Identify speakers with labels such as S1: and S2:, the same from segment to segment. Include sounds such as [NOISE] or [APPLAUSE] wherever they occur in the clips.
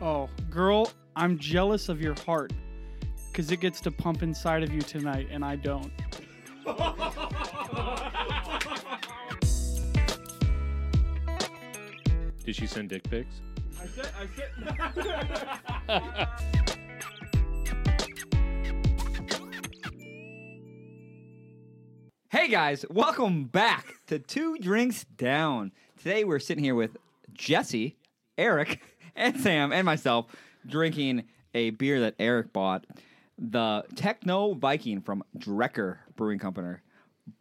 S1: Oh, girl, I'm jealous of your heart because it gets to pump inside of you tonight, and I don't.
S2: Did she send dick pics?
S3: Hey guys, welcome back to Two Drinks Down. Today we're sitting here with Jesse, Eric, [LAUGHS] and Sam, and myself drinking a beer that Eric bought, the Techno Viking from Drecker Brewing Company,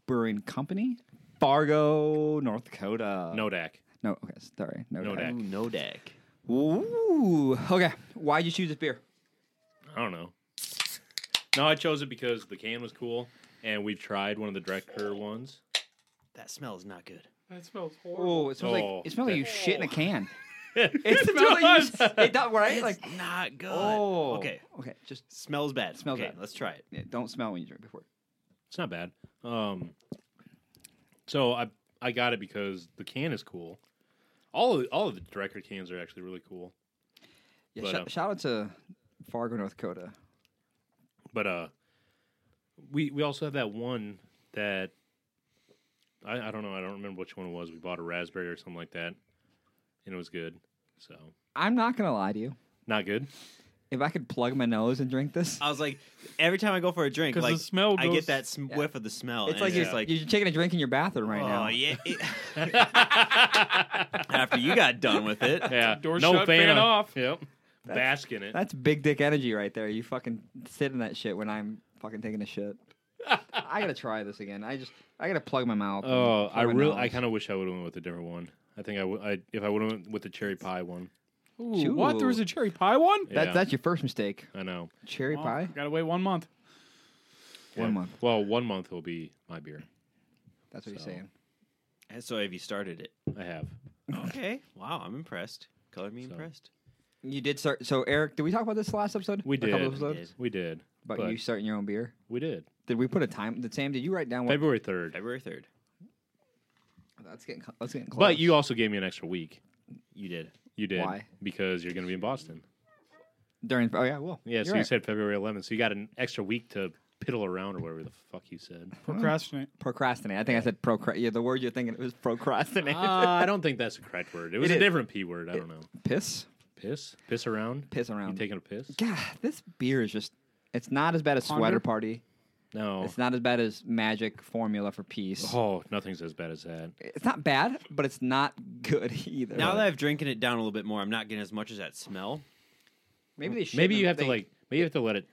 S3: Brewing Company, Fargo, North Dakota.
S2: Nodak.
S3: no, okay, sorry, no,
S2: No
S3: doubt.
S2: Dak.
S4: No deck.
S3: Ooh, okay. Why'd you choose this beer?
S2: I don't know. No, I chose it because the can was cool, and we've tried one of the Drecker ones. [LAUGHS]
S4: That smell is not good.
S1: That smells
S3: Oh, it smells
S2: Oh,
S3: like it smells like
S2: that-
S3: you shit in a can.
S2: It
S3: [LAUGHS] it smells like you.
S2: does.
S3: Sh- it does, right? Like
S4: it's not good.
S3: oh,
S4: Uh, Okay.
S3: okay. Just
S4: Smells bad.
S3: Smells
S4: okay,
S3: bad.
S4: Let's try it.
S3: yeah, don't smell when you drink before.
S2: It's not bad. Um, so I I got it because the can is cool. All of, all of the Drecker cans are actually really cool.
S3: Yeah,
S2: But,
S3: shout,
S2: um,
S3: shout out to Fargo, North Dakota.
S2: But uh, we we also have that one that I, I don't know. I don't remember which one it was. We bought a raspberry or something like that, and it was good. So
S3: I'm not gonna lie to you.
S2: not good.
S3: If I could plug my nose and drink this,
S4: I was like, every time I go for a drink,
S1: 'Cause the
S4: like
S1: smell
S4: I
S1: goes-
S4: get that sm- whiff of the smell.
S3: it's
S4: and
S3: like,
S4: it's
S3: you're,
S4: just like
S3: you're taking a drink in your bathroom right
S4: oh
S3: now.
S4: yeah. it- [LAUGHS] After you got done with it,
S2: [LAUGHS] Yeah,
S1: Door
S2: no
S1: shut, fan
S2: of-
S1: off.
S2: Yep,
S3: That's-
S2: bask in it.
S3: That's big dick energy right there. You fucking sit in that shit when I'm fucking taking a shit. I gotta try this again. I just I gotta plug my mouth. and
S2: Oh,
S3: plug
S2: I
S3: my
S2: really,
S3: nose.
S2: I kind of wish I would have went with a different one. I think I would, I, if I would have went with the cherry pie one.
S1: Ooh, what? There was
S3: Ooh.
S1: a cherry pie one?
S3: That,
S2: Yeah,
S3: That's your first mistake.
S2: I know.
S3: Cherry
S1: Well,
S3: pie.
S1: Gotta wait one month.
S3: One month.
S2: Well, one month will be my beer.
S3: That's what
S2: So.
S3: you're saying.
S4: so have you started it?
S2: I have.
S4: Okay. Wow, I'm impressed. Color me
S2: So-
S4: impressed.
S3: You did start. So Eric, did we talk about this last episode?
S2: We
S3: A couple
S2: did.
S3: episodes
S4: did.
S2: We did.
S3: about
S2: But-
S3: you starting your own beer.
S2: We did.
S3: Did we put a time? Did Sam? Did you write down what?
S2: February third.
S4: February third.
S3: That's getting. cl- That's getting close.
S2: But you also gave me an extra week.
S4: You did.
S2: You did
S3: Why?
S2: because you're going to be in Boston.
S3: during. Oh yeah, well.
S2: Yeah.
S3: you're
S2: so you
S3: right.
S2: said February 11th. So you got an extra week to piddle around or whatever the fuck you said.
S3: [LAUGHS]
S1: Procrastinate.
S3: procrastinate. I think I said procra. Yeah, the word you're thinking it was procrastinate.
S2: Uh, I don't think that's the correct word. It was
S3: It
S2: a
S3: is.
S2: different p word. I don't know.
S3: piss,
S2: Piss. Piss around.
S3: piss
S2: You
S1: Um,
S3: around.
S2: taking a piss?
S3: God, this beer is just. It's not as bad as
S1: Ponder?
S3: sweater party.
S2: No.
S3: It's not as bad as magic formula for peace.
S2: Oh, nothing's as bad as that.
S3: It's not bad, but it's not good [LAUGHS] either.
S4: Now that I've drinking it down a little bit more, I'm not getting as much as that smell.
S3: maybe they should.
S2: maybe you have to like maybe you have to let it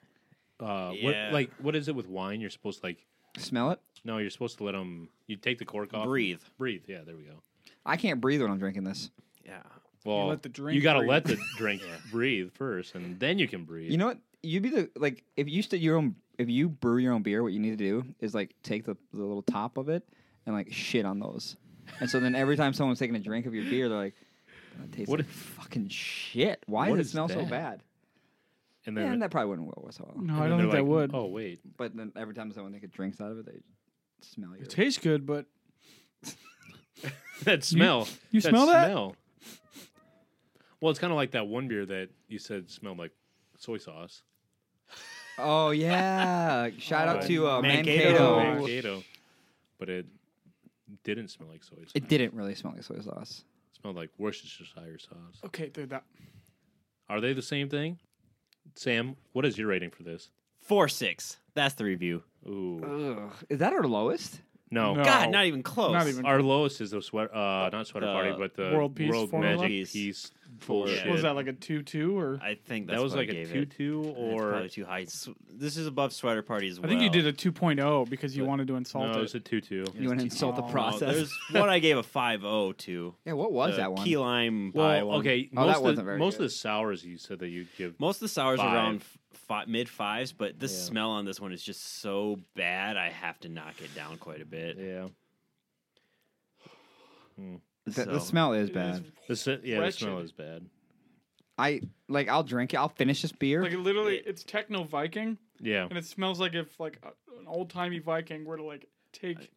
S2: uh
S4: Yeah.
S2: what like what is it with wine you're supposed to like
S3: smell it.
S2: no you're supposed to let them you take the cork off
S4: Breathe.
S2: breathe yeah there we go
S3: I can't breathe when I'm drinking this.
S4: Yeah.
S2: well
S1: let the drink
S2: you gotta
S1: breathe. [LAUGHS]
S2: let the drink breathe first and then you can breathe
S3: You know what? You'd be the like if you st- your own if you brew your own beer. What you need to do is like take the, the little top of it and like shit on those, and so then every time someone's taking a drink of your beer, they're like, "That tastes
S2: What
S3: like
S2: is-
S3: fucking shit. Why
S2: what
S3: does it
S2: is
S3: smell so
S2: that?"
S3: bad?"
S2: and then
S3: And that probably wouldn't go so well.
S1: No,
S2: and
S1: I
S2: then
S1: don't
S2: they're
S1: think that
S2: like,
S1: would.
S2: oh wait [LAUGHS]
S3: But then every time someone takes drinks out of it, they smell you.
S1: It tastes good, but
S2: that smell
S1: you smell that?
S2: smell. well it's kind of like that one beer that you said smelled like soy sauce
S3: oh yeah! Shout out
S2: Oh,
S3: to uh,
S4: Mankato.
S3: Mankato.
S1: Oh.
S2: Mankato. but it didn't smell like soy sauce
S3: It didn't really smell like soy sauce.
S2: it smelled like Worcestershire sauce
S1: okay, dude, that
S2: are they the same thing Sam what is your rating for this
S4: Four six. That's the review.
S2: ooh
S3: Ugh. Is that our lowest?
S2: no
S1: Uh, No.
S4: God, not even close.
S1: Not even-
S2: Our lowest is the sweater, uh, not sweater
S4: The
S2: party, but the
S1: World
S2: World,
S1: Peace Formula?
S2: Magic
S4: Peace.
S2: Peace
S4: Yeah.
S2: bullshit.
S1: what was that like a two two or
S4: I think that's
S2: that was
S4: what I
S2: like a
S4: gave
S2: two
S4: it.
S2: two
S4: That's
S2: or
S4: probably too high. S- This is above sweater party as
S1: I
S4: well.
S1: think you did a 2.0 because you wanted to insult
S2: no, it
S1: it.
S2: was a two two.
S3: You want to insult the
S1: Oh, no,
S3: process?
S4: There's [LAUGHS] one I gave a five zero
S3: [LAUGHS]
S4: to.
S3: yeah, what was
S4: The
S3: that one?
S4: Key lime pie
S2: Well,
S4: one.
S2: okay,
S3: Oh, that
S2: most, of,
S3: wasn't
S2: the,
S3: very
S2: most
S3: good.
S2: of the sours you said that you give.
S4: Most of the sours
S2: Five.
S4: are around fi- mid fives, but the smell on this one is just so bad. I have to knock it down quite a bit.
S2: Yeah,
S3: The, the
S4: So-
S3: smell is bad.
S2: the, se- yeah, the smell
S1: Wretched.
S2: is bad.
S3: I like. I'll drink it. I'll finish this beer.
S1: Like literally, it's techno Viking,
S2: Yeah,
S1: and it smells like if like a- an old timey Viking were to like take,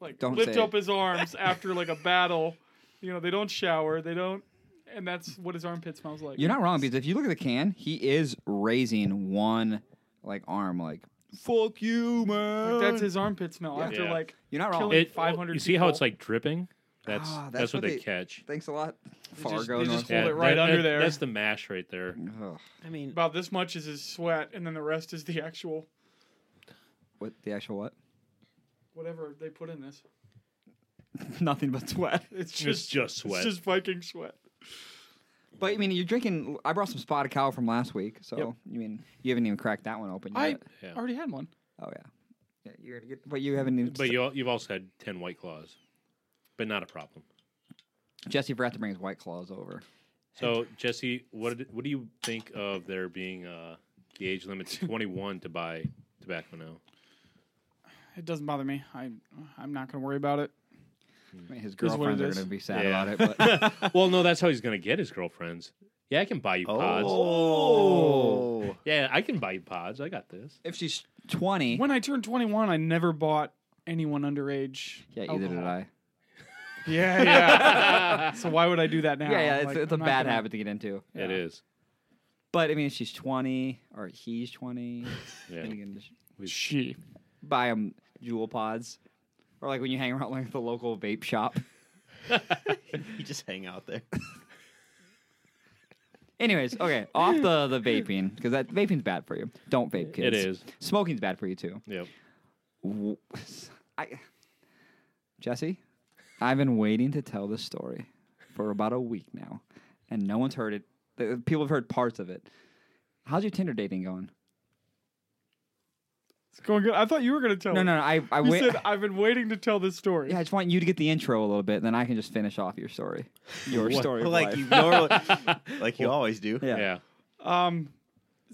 S1: like
S3: Don't
S1: lift
S3: say
S1: up
S3: it. [LAUGHS]
S1: his arms after like a battle. You know, they don't shower, they don't and that's what his armpit smells like.
S3: You're not wrong because if you look at the can, he is raising one like arm, like "fuck you, man."
S1: Like, that's his armpit smell
S3: Yeah.
S1: after
S2: Yeah.
S1: like
S3: You're not wrong.
S1: Killing-
S2: It- oh,
S1: 500
S2: You see how
S1: people.
S2: it's like dripping? That's
S3: Ah,
S2: that's, what they, catch.
S3: Thanks a lot,
S1: just-
S3: Fargo.
S1: they
S3: North
S1: just hold it
S2: that-
S1: right
S2: that-
S1: under
S2: that-
S1: there.
S2: That's the mash right there.
S3: Ugh,
S4: I mean,
S1: about this much is his sweat, and then the rest is the actual
S3: what the actual what? [LAUGHS]
S1: whatever they put in this.
S3: Nothing but sweat.
S1: It's
S2: It's
S1: just
S2: just
S1: it's
S2: sweat.
S1: just Viking sweat.
S3: But I mean, you're drinking. I brought some spotted cow from last week, so
S1: Yep.
S3: you mean you haven't even cracked that one open yet?
S1: I
S2: Yeah.
S1: already had one.
S3: oh yeah, yeah you're gonna get, but you haven't. Even
S2: but you, al- you've also had ten white claws, but not a problem.
S3: Jesse forgot to bring his white claws over.
S2: So Jesse, what did- what do you think of there being uh, the age limit
S3: [LAUGHS]
S2: twenty one to buy tobacco now?
S1: It doesn't bother me. I I'm not gonna worry about it.
S3: I mean, his
S1: Is what it
S3: girlfriends are
S1: is.
S3: gonna be sad
S2: Yeah.
S3: about it.
S1: [LAUGHS]
S3: But
S2: Well, no, that's how he's gonna get his girlfriends. Yeah, I can buy you pods.
S3: oh,
S2: Yeah, I can buy you pods. I got this.
S3: if she's twenty,
S1: When I turned 21, I never bought anyone underage.
S3: yeah, either
S1: alcohol.
S3: did I.
S1: Yeah,
S3: [LAUGHS]
S1: yeah. so why would I do that now?
S3: Yeah, yeah, it's,
S1: Like,
S3: it's a
S1: I'm not
S3: bad
S1: gonna-
S3: habit to get into.
S2: It
S1: Yeah.
S2: is.
S3: But I mean, if she's twenty or
S2: [LAUGHS]
S3: he's twenty,
S2: Yeah.
S3: then you can just
S1: She.
S3: buy him jewel pods, or like when you hang around like the local vape shop.
S4: [LAUGHS]
S3: [LAUGHS]
S4: you just hang out there.
S3: Anyways, okay, off the the vaping because that vaping's bad for you. Don't vape, kids.
S2: It is.
S3: Smoking's bad for you too. [LAUGHS]
S2: Yep.
S3: W- I, Jesse, I've been waiting to tell this story for about a week now, and no one's heard it. The- People have heard parts of it. How's your Tinder dating going?
S1: It's going good. I thought you were going to tell
S2: Oh.
S3: No,
S1: it.
S3: no, no. I, I
S1: You
S3: wait.
S1: said, I've been waiting to tell this story.
S3: Yeah, I just want you to get the intro a little bit, then I can just finish off your story. Your [LAUGHS] story, of
S4: like
S3: life. [LAUGHS]
S4: you normally, like you always do.
S3: Yeah.
S2: Yeah.
S1: Um,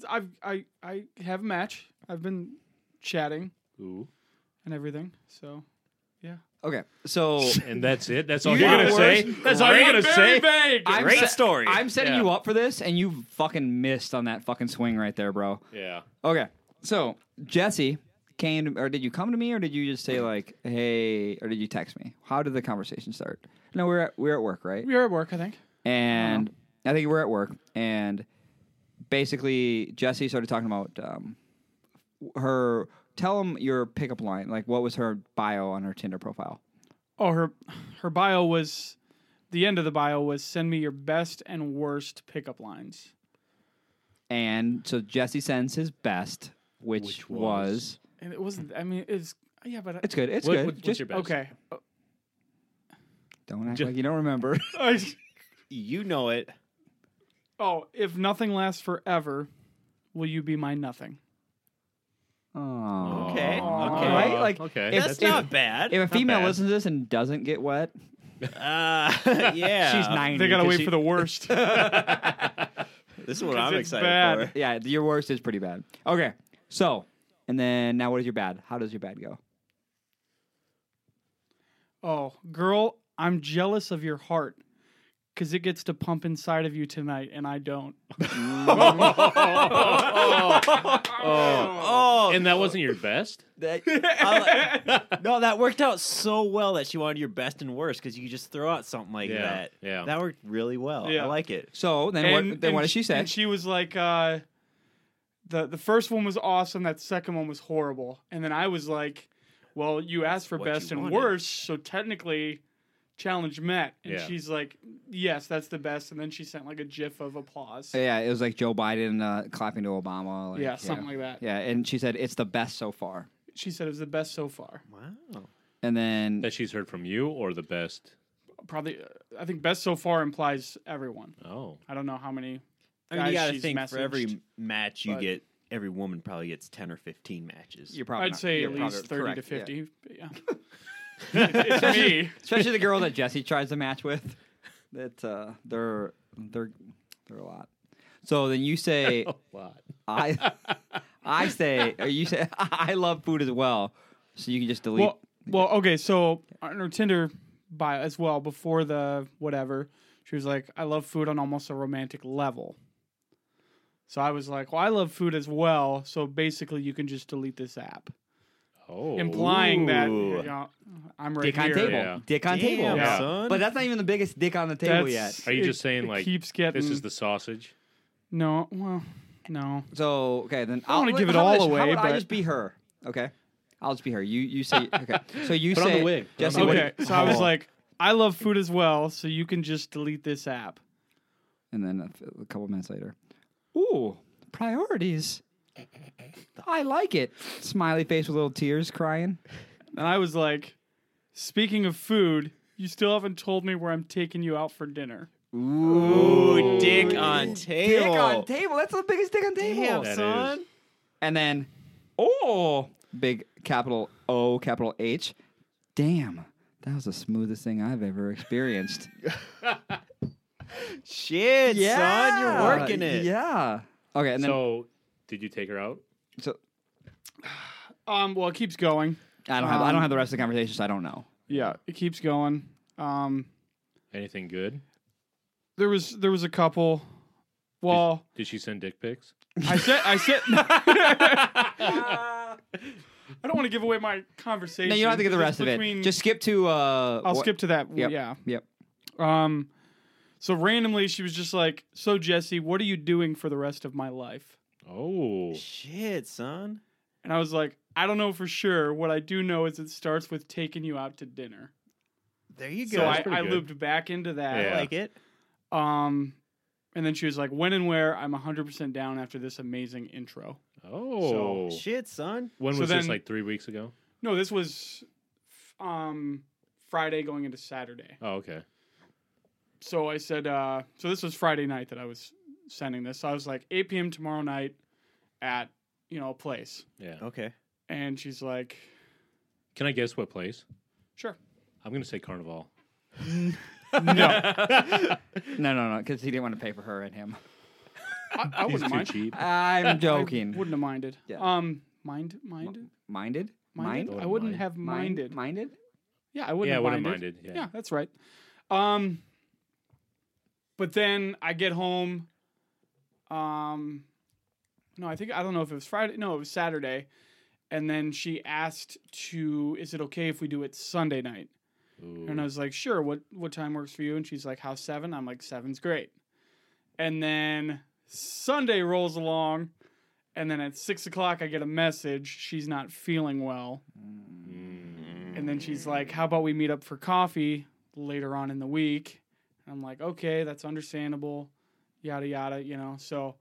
S1: I've, I, I have a match. I've been chatting
S2: Ooh.
S1: and everything. So, yeah.
S3: Okay,
S4: [LAUGHS]
S3: so
S2: And that's it. That's all
S3: You
S2: you're
S3: got
S2: gonna say.
S3: worse.
S2: That's all you're gonna say.
S1: vague.
S3: I'm
S4: Great
S3: se-
S4: story.
S3: I'm setting
S2: Yeah.
S3: you up for this, and you fucking missed on that fucking swing right there, bro.
S2: Yeah.
S3: Okay, so Jesse came, to, or did you come to me, or did you just say like, "Hey," or did you text me? How did the conversation start? No, we're at, we're at work, right?
S1: we are at work, I think.
S3: And I think we're at work, and basically Jesse started talking about um, her. Tell him your pickup line. Like, what was her bio on her Tinder profile?
S1: Oh, her, her bio was, the end of the bio was, send me your best and worst pickup lines.
S3: And so Jesse sends his best, which,
S2: Which
S3: was,
S2: was-
S1: And it wasn't, I mean, it's, yeah, but. I-
S3: it's good. It's
S2: What-
S3: good.
S2: what- what's
S3: Just
S2: your best?
S1: okay.
S3: Don't act
S2: Ju-
S3: like you don't remember.
S1: [LAUGHS] I-
S4: You know it.
S1: oh, if nothing lasts forever, will you be my nothing?
S3: Oh.
S4: Okay.
S1: Aw.
S4: Okay.
S3: Right? Like,
S2: Uh, okay.
S3: if-
S4: That's not bad.
S3: If a
S4: Not
S3: female
S4: bad.
S3: listens to this and doesn't get wet,
S4: uh, [LAUGHS] yeah,
S3: she's ninety.
S1: They gotta
S3: 'cause
S1: wait
S3: she-
S1: for the worst.
S4: This is what
S1: 'Cause
S4: I'm
S1: it's
S4: excited
S1: bad.
S3: [LAUGHS]
S4: for.
S3: Yeah, your worst is pretty bad. Okay, so and then now what is your bad? How does your bad go?
S1: oh, girl, I'm jealous of your heart because it gets to pump inside of you tonight, and I don't.
S4: Oh,
S2: And that wasn't your best.
S1: [LAUGHS]
S4: That- no, that worked out so well that she wanted your best and worst because you could just throw out something like
S2: Yeah,
S4: that.
S2: yeah.
S4: that worked really well.
S1: Yeah.
S4: I like it.
S3: So then what? Then what does she say?
S1: And she was like, uh, the the first one was awesome. That second one was horrible. And then I was like, well, you asked for
S4: what
S1: best
S4: you
S1: and
S4: wanted.
S1: worst, so technically. Challenge met, and
S2: Yeah.
S1: she's like, "Yes, that's the best." And then she sent like a GIF of applause.
S3: yeah, it was like Joe Biden uh, clapping to Obama. Like,
S1: yeah, something like that.
S3: Yeah, and she said it's the best so far.
S1: She said it was the best so far.
S4: Wow.
S3: And then
S2: That she's heard from you or the best.
S1: Probably, uh, I think best so far implies everyone.
S2: Oh.
S1: I don't know how many.
S4: I mean,
S1: Guys
S4: you gotta
S1: she's
S4: think for every
S1: messaged,
S4: match you
S1: but-
S4: get, every woman probably gets ten or fifteen matches.
S3: you're probably
S1: I'd
S3: not-
S1: say
S3: you're
S1: at
S3: probably
S1: least thirty
S3: correct,
S1: to
S3: yeah.
S1: fifty. But
S3: [LAUGHS]
S1: yeah, it's it's me.
S3: especially
S1: [LAUGHS]
S3: the girl that Jesse tries to match with. That uh, they're they're they're a lot. So then you say
S1: [LAUGHS]
S2: Lot.
S3: I I say or you say [LAUGHS] I love food as well. So you can just delete.
S1: Well, well, okay. So on her Tinder bio as well, before the whatever, she was like, "I love food on almost a romantic level." So I was like, "Well, I love food as well." So basically, you can just delete this app,
S2: Oh.
S1: implying that
S4: Ooh.
S1: you know, I I'm right
S3: dick on
S1: here.
S3: table,
S2: Yeah.
S3: dick on table.
S4: Damn,
S1: Yeah.
S4: son.
S3: But that's not even the biggest dick on the table
S1: That's-
S3: yet.
S2: Are you
S1: it-
S2: just saying
S1: it
S2: like
S1: keeps getting
S2: this is the sausage?
S1: no? Well, no.
S3: So okay, then
S1: I don't wanna
S3: I'll-
S1: give it
S3: how
S1: all
S3: would I-
S1: away,
S3: How would I
S1: but-
S3: just be her? Okay, I'll just be her. You you say okay. So you
S2: Put on
S3: say
S2: the wig. Put on
S3: Jesse.
S2: the
S3: what-
S1: Okay, so I was
S3: Hold on.
S1: like, I love food as well, so you can just delete this app.
S3: and then a, f- a couple minutes later, ooh, priorities. I like it. Smiley face with little tears, crying.
S1: And I was like, speaking of food, you still haven't told me where I'm taking you out for dinner.
S4: Ooh, dick on table.
S3: Dick on table. That's the biggest dick on table.
S4: Damn,
S2: That
S4: son.
S2: is-
S3: And then, oh, big capital O, capital H. Damn, that was the smoothest thing I've ever experienced.
S4: Shit, son. You're working it.
S3: Uh, Yeah. Okay, and then
S2: so did you take her out?
S3: so
S1: Um, well, it keeps going.
S3: I don't have I don't have the rest of the
S1: um,
S3: conversation, so I don't know.
S1: Yeah, it keeps going. Um,
S2: Anything good?
S1: there was there was a couple. Well,
S2: Did she send dick pics?
S1: I said I said. [LAUGHS] I don't want to give away my conversation.
S3: No, you don't have to get the
S1: It's
S3: rest of it.
S1: between-
S3: Just skip to. uh
S1: I'll
S3: what-
S1: skip to that.
S3: Yep.
S1: Yeah.
S3: Yep.
S1: Um. So randomly, she was just like, "So Jesse, what are you doing for the rest of my life?"
S2: Oh,
S4: Shit, son.
S1: And I was like, "I don't know for sure. What I do know is it starts with taking you out to dinner."
S4: There you
S1: So
S4: go.
S1: I,
S2: that's pretty
S1: I
S2: good.
S1: looped back into that.
S2: Yeah.
S4: I like it.
S1: Um, and then she was like, "When and where? I'm 100% down after this amazing intro."
S2: oh.
S4: Shit, son.
S2: when
S1: So
S2: was this?
S1: then-
S2: Like three weeks ago?
S1: No, this was um Friday going into Saturday.
S2: Oh, okay.
S1: So I said, uh, so this was Friday night that I was sending this. So I was like, 8 p.m. tomorrow night at you know a place,
S2: Yeah.
S3: Oh.
S4: Okay.
S1: and she's like,
S2: Can I guess what place?
S1: "Sure."
S2: I'm gonna say
S3: [LAUGHS]
S2: Carnival.
S1: No,
S3: No, no, no, because he didn't want to pay for her and
S1: [LAUGHS]
S3: him.
S1: I, I
S2: He's
S1: wouldn't
S2: too
S1: mind.
S2: cheap.
S3: I'm
S1: I
S3: joking.
S1: wouldn't have minded.
S3: Yeah.
S1: Um, mind, minded,
S3: Minded?
S1: minded.
S3: Mind?
S1: I wouldn't
S2: Mind.
S1: have minded.
S3: Minded?
S1: Yeah, I wouldn't.
S2: yeah, I
S1: have
S2: would have
S1: minded.
S2: minded. Yeah.
S1: Yeah. that's right. Um, but then I get home. Um, no, I think I don't know if it was Friday. No, it was Saturday. And then she asked to, is it okay if we do it Sunday night?
S2: Ooh.
S1: And I was like, sure. What what time works for you? And she's like, how's seven? I'm like, seven's great. And then Sunday rolls along, and then at six o'clock I get a message. She's not feeling well.
S2: Mm.
S1: And then she's like, How about we meet up for coffee later on in the week? And I'm like, Okay, that's understandable. Yada, yada, you know. So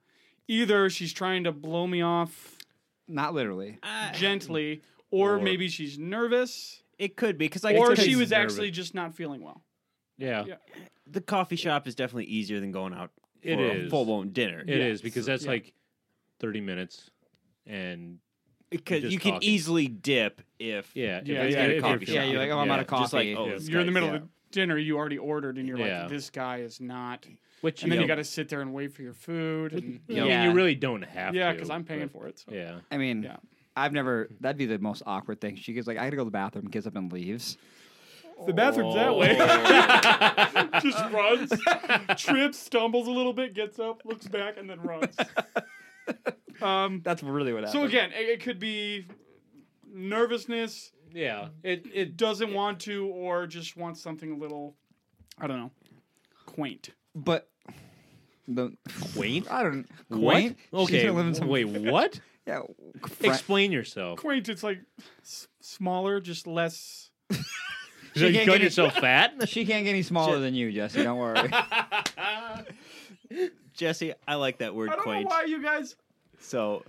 S1: either she's trying to blow me off
S3: Not literally.
S4: Uh,
S1: gently, or,
S2: Or-
S1: maybe she's nervous,
S4: It could be because like
S1: or
S4: it's
S1: she
S4: a-
S1: was
S2: nervous.
S1: actually just not feeling well.
S2: yeah.
S1: Yeah.
S4: the coffee shop is definitely easier than going out for
S2: It
S4: a
S2: is.
S4: full blown dinner.
S2: It is
S1: Yeah.
S2: because that's
S1: Yeah.
S2: like 30 minutes, and
S4: because
S2: Just
S4: you can
S2: talking.
S4: easily dip if
S2: yeah,
S1: Yeah, yeah, yeah,
S2: it's- if you're
S1: yeah,
S3: Yeah,
S2: feeling-
S3: you're like, oh, I'm out of
S2: yeah.
S3: coffee.
S4: just like oh this
S1: You're in the
S4: guy's-
S1: middle
S4: yeah.
S1: of the dinner, you already ordered, and you're
S2: Yeah.
S1: like, This guy is not.
S2: Which
S1: And then you
S2: know-
S1: got to sit there and wait for your food. And,
S2: I mean,
S3: Yeah.
S2: you really don't have to.
S1: yeah, because I'm paying
S2: but-
S1: for it. So.
S2: Yeah.
S3: I mean,
S1: Yeah.
S3: I've never, that'd be the most awkward thing. She goes, like, I gotta go to the bathroom, gets up and leaves.
S1: The bathroom's that way.
S2: Oh.
S1: [LAUGHS] Just runs,
S2: [LAUGHS]
S1: trips, stumbles a little bit, gets up, looks back, and then runs. Um,
S3: That's really what
S1: so again, it, it could be nervousness,
S2: Yeah. It it
S1: doesn't want to, or just wants something a little, I don't know, quaint.
S3: But, the,
S2: quaint.
S3: I don't,
S2: What?
S3: quaint? She's
S2: Okay.
S3: gonna live in some,
S2: Wait, what?
S3: yeah, fr-
S2: Explain yourself.
S1: Quaint, it's like s- smaller, just less.
S2: You got
S3: can't get it-
S2: yourself fat.
S1: [LAUGHS]
S3: she can't get any smaller than you, Jesse, don't worry.
S4: Jesse, I like that word
S1: I don't
S4: quaint.
S1: know why you guys.
S4: So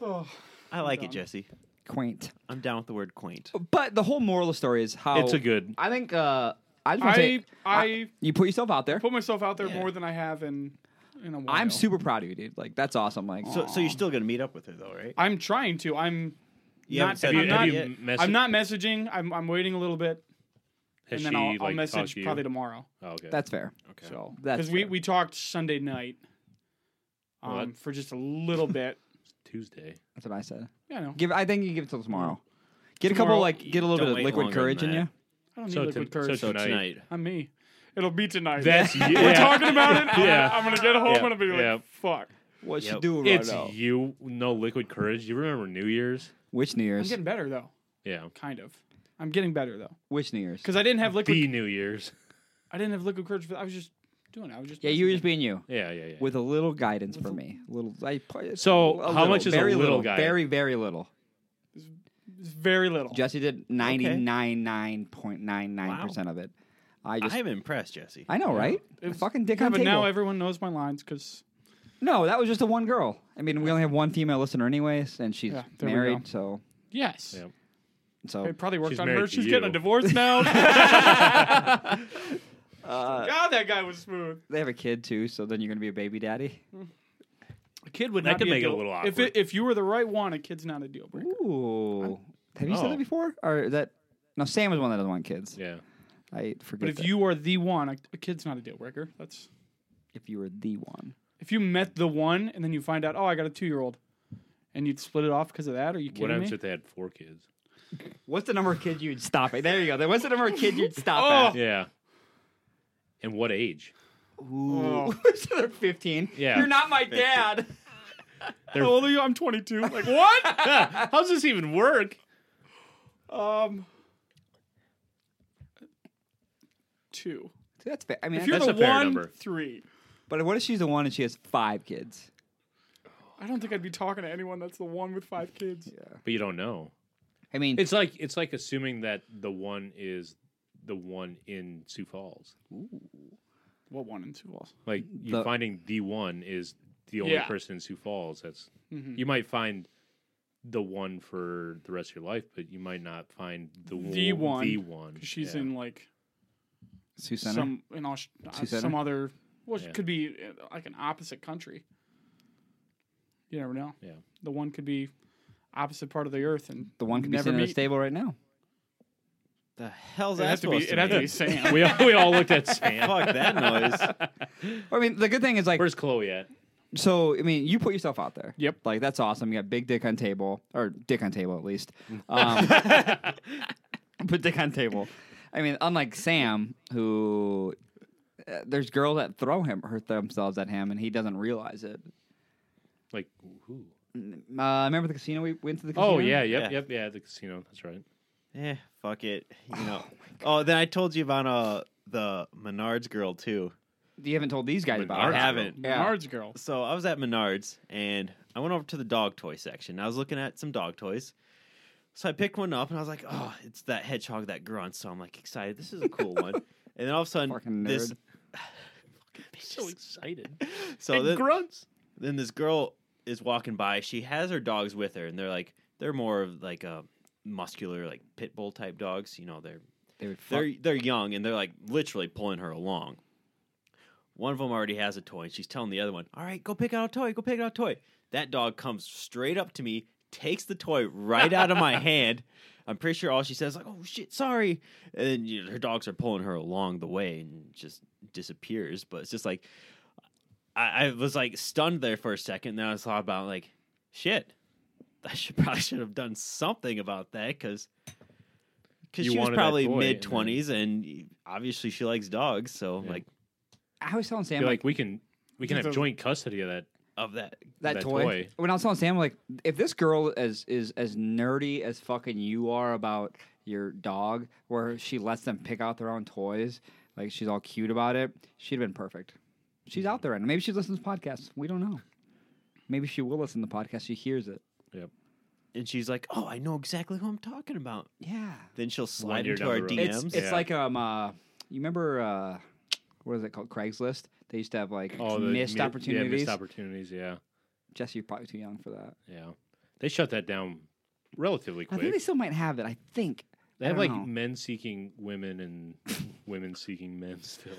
S1: Oh,
S4: I like it,
S1: done.
S4: Jesse.
S3: Quaint.
S4: I'm down with the word quaint.
S3: But the whole moral of the story is how
S2: It's a good.
S3: I think uh, I just want to
S1: I
S3: say
S1: I
S3: you put yourself out there.
S1: put myself out there more than I have in in a while.
S3: I'm super proud of you, dude. Like that's awesome. Like
S4: So, so you're still gonna meet up with her though, right?
S1: I'm trying to. I'm
S4: You
S1: not-
S4: haven't said
S1: I'm
S4: that
S1: not-
S4: yet.
S2: messaged-
S1: I'm not messaging. I'm I'm waiting a little bit.
S2: has
S1: and then
S2: she,
S1: I'll,
S2: like,
S1: I'll
S2: talked
S1: message
S2: to you?
S1: probably tomorrow.
S2: Oh, okay.
S3: that's fair.
S4: Okay.
S1: So
S3: That's
S1: because we
S3: fair.
S1: we talked Sunday night, um,
S2: What?
S1: for just a little
S2: [LAUGHS]
S1: bit.
S2: Tuesday.
S3: That's what I said.
S1: Yeah, I know.
S3: Give. I think you give it till tomorrow. Get a couple
S1: Tomorrow-
S3: like get a little
S4: Don't
S3: bit of
S4: wait
S3: liquid
S4: longer
S3: courage
S4: than
S3: in you.
S1: I don't need
S2: So
S1: liquid
S2: to- so
S1: courage.
S2: to-
S4: so
S2: Tonight.
S4: tonight.
S1: I'm me. It'll be tonight.
S2: That's yeah.
S1: [LAUGHS] We're talking
S2: [LAUGHS]
S1: about it. I'm,
S2: Yeah.
S1: gonna, I'm gonna get home
S2: Yeah.
S1: and I'll be like,
S2: Yeah.
S1: fuck.
S3: What
S4: Yep.
S3: you do right
S2: It's
S3: now?
S2: you. No liquid courage. You remember New Year's?
S3: Which New
S1: I'm
S3: Year's?
S1: getting better though,
S2: Yeah.
S1: kind of. I'm getting better though,
S3: Which New Year's?
S1: because I didn't have liquid.
S2: The New Year's.
S1: I didn't have liquid courage. I was just doing it. I was just
S3: Yeah, you were just being you.
S2: [LAUGHS] Yeah, yeah, yeah.
S3: With a little guidance for me, little. I,
S2: So,
S3: a
S2: how
S3: little,
S2: much is a
S3: very
S2: little guidance?
S3: Very, very little.
S1: It's very little.
S3: Jesse did ninety nine nine point nine nine percent of it. I just,
S4: I
S3: I,
S4: am impressed, Jesse.
S3: know, right?
S1: It's-
S3: Fucking dick
S1: yeah,
S3: on
S1: but
S3: table.
S1: now everyone knows my lines because
S3: no, that was just the one girl. I mean, we only have one female listener, anyways, and she's
S1: Yeah, there we
S3: married, so
S1: yes,
S2: Yep.
S3: so.
S1: it probably worked
S2: She's
S1: on
S2: married
S1: her.
S2: to
S1: She's getting a
S2: you.
S1: divorce
S2: [LAUGHS]
S1: now. [LAUGHS]
S3: Uh,
S1: God, that guy was smooth.
S3: They have a kid too, so then you're gonna be a baby daddy.
S1: A kid would
S2: That
S1: not
S2: could
S1: be
S2: make it a
S1: deal-
S2: little
S1: If
S2: awkward.
S1: if you were the right one, a kid's not a deal breaker.
S3: Ooh, have you said
S2: Oh.
S3: that before? Or that? No, Sam is one that doesn't want kids.
S2: yeah.
S3: I forget.
S1: But if
S3: that.
S1: you are the one, a, a kid's not a deal breaker. That's
S3: if you were the one,
S1: if you met the one and then you find out, oh, I got a two year old, and you'd split it off because of that. Are you
S2: What
S1: kidding
S2: happens
S1: me?
S2: if they had four kids?
S3: what's the number of kids you'd stop at? There you go. What's the number of kids you'd stop
S1: Oh.
S3: at?
S2: Yeah. And
S1: [LAUGHS]
S2: what age? [LAUGHS]
S1: Oh.
S3: [LAUGHS] Ooh, so they're 15.
S2: Yeah.
S3: you're not my dad.
S1: How old are you? I'm 22. Like what?
S2: How does this even work?
S1: um, two.
S3: That's fair. I mean,
S1: If you're
S2: That's
S3: that's-
S1: the
S2: a fair
S1: one,
S2: number.
S1: three.
S3: but what if she's the one and she has five kids?
S1: I don't think I'd be talking to anyone that's the one with five kids.
S2: But you don't know.
S3: I mean,
S2: It's like it's like assuming that the one is the one in Sioux Falls.
S1: What one and two walls?
S2: Like you
S3: The-
S2: finding the one is the only
S1: Yeah. Mm-hmm.
S2: person in Sioux Falls. That's you might find the one for the rest of your life, but you might not find the,
S1: The
S2: wo-
S1: one.
S2: The one.
S1: She's
S2: Yeah.
S1: in like
S3: Sioux Center.
S1: some in Aus- uh,
S3: Sioux Center?
S1: some other. Well,
S2: Yeah.
S1: it could be uh, like an opposite country. You never know.
S2: Yeah.
S1: the one could be opposite part of the earth, and
S3: the one could be
S1: never
S3: sitting in a
S1: meet.
S3: stable right now.
S4: The hell's
S1: It'd
S4: that
S1: have to be.
S4: supposed
S1: It'd have to be
S4: mean?
S1: Sam.
S2: [LAUGHS] we all, we all looked at Sam.
S4: [LAUGHS] Fuck that noise.
S3: I mean, the good thing is like,
S2: Where's Chloe at?
S3: so I mean, you put yourself out there.
S1: Yep.
S3: Like that's awesome. You got big dick on table or dick on table at least. Um, put dick on table. I mean, unlike Sam, who uh, there's girls that throw him her themselves at him and he doesn't realize it.
S2: Like who?
S3: Uh, remember the casino we went to the casino?
S2: Oh yeah, yep,
S4: Yeah.
S2: yep, yeah. The casino. That's right.
S4: Eh, fuck it. You know. Oh, then I told you about uh, the Menards girl too.
S3: You haven't told these guys about.
S2: Menards.
S3: it.
S4: I haven't.
S3: Yeah.
S1: Menards girl.
S4: So I was at Menards and I went over to the dog toy section. I was looking at some dog toys. So I picked one up and I was like, oh, it's that hedgehog that grunts. So I'm like excited. This is a
S3: [LAUGHS]
S4: cool one. And then all of a sudden,
S3: Fucking nerd.
S4: this.
S2: So excited.
S4: So then,
S2: grunts.
S4: then this girl is walking by. She has her dogs with her, and they're like they're more of like a muscular, like pit bull type dogs. You know, they're
S3: They would fuck.
S4: they're they're young and they're like literally pulling her along. One of them already has a toy, and she's telling the other one, "All right, go pick out a toy. Go pick out a toy." That dog comes straight up to me, takes the toy right out of my hand. I'm pretty sure all she says like, "Oh shit, sorry," and then, you know, her dogs are pulling her along the way and just disappears. But it's just like I, I was like stunned there for a second. Then I thought about like, shit, [LAUGHS] I should probably should have done something about that because
S2: You
S4: she was
S2: wanted that
S4: probably
S2: toy, and then-
S4: mid twenties and obviously she likes dogs. So
S2: Yeah.
S4: like
S3: I was telling Sam
S2: Be
S3: like,
S2: like we can we can
S1: Just
S2: have
S1: a-
S2: joint custody of that.
S4: of that,
S3: that,
S2: that
S3: toy.
S2: toy.
S3: When I was telling Sam, like, if this girl is is as nerdy as fucking you are about your dog, where she lets them pick out their own toys, like she's all cute about it, she'd have been perfect. She's out there, and maybe she listens to podcasts. We don't know. Maybe she will listen to podcasts. She hears it.
S4: and she's like, oh, I know exactly who I'm talking about.
S3: Yeah,
S4: Then she'll slide
S2: year
S4: into
S2: down
S4: our
S2: the road.
S4: DMs.
S3: it's it's
S2: Yeah.
S3: like um, uh, you remember uh, what is it called? Craigslist. They used to have like
S2: Oh, the
S3: missed
S2: mi-
S3: opportunities.
S2: Yeah, missed opportunities. Yeah,
S3: Jesse, you're probably too young for that.
S2: yeah. They shut that down relatively
S3: I think
S2: quick.
S3: they still might have it. I think.
S2: They
S3: I
S2: have
S3: don't
S2: like
S3: know.
S2: men seeking women and [LAUGHS] women seeking men
S3: [LAUGHS]
S2: still.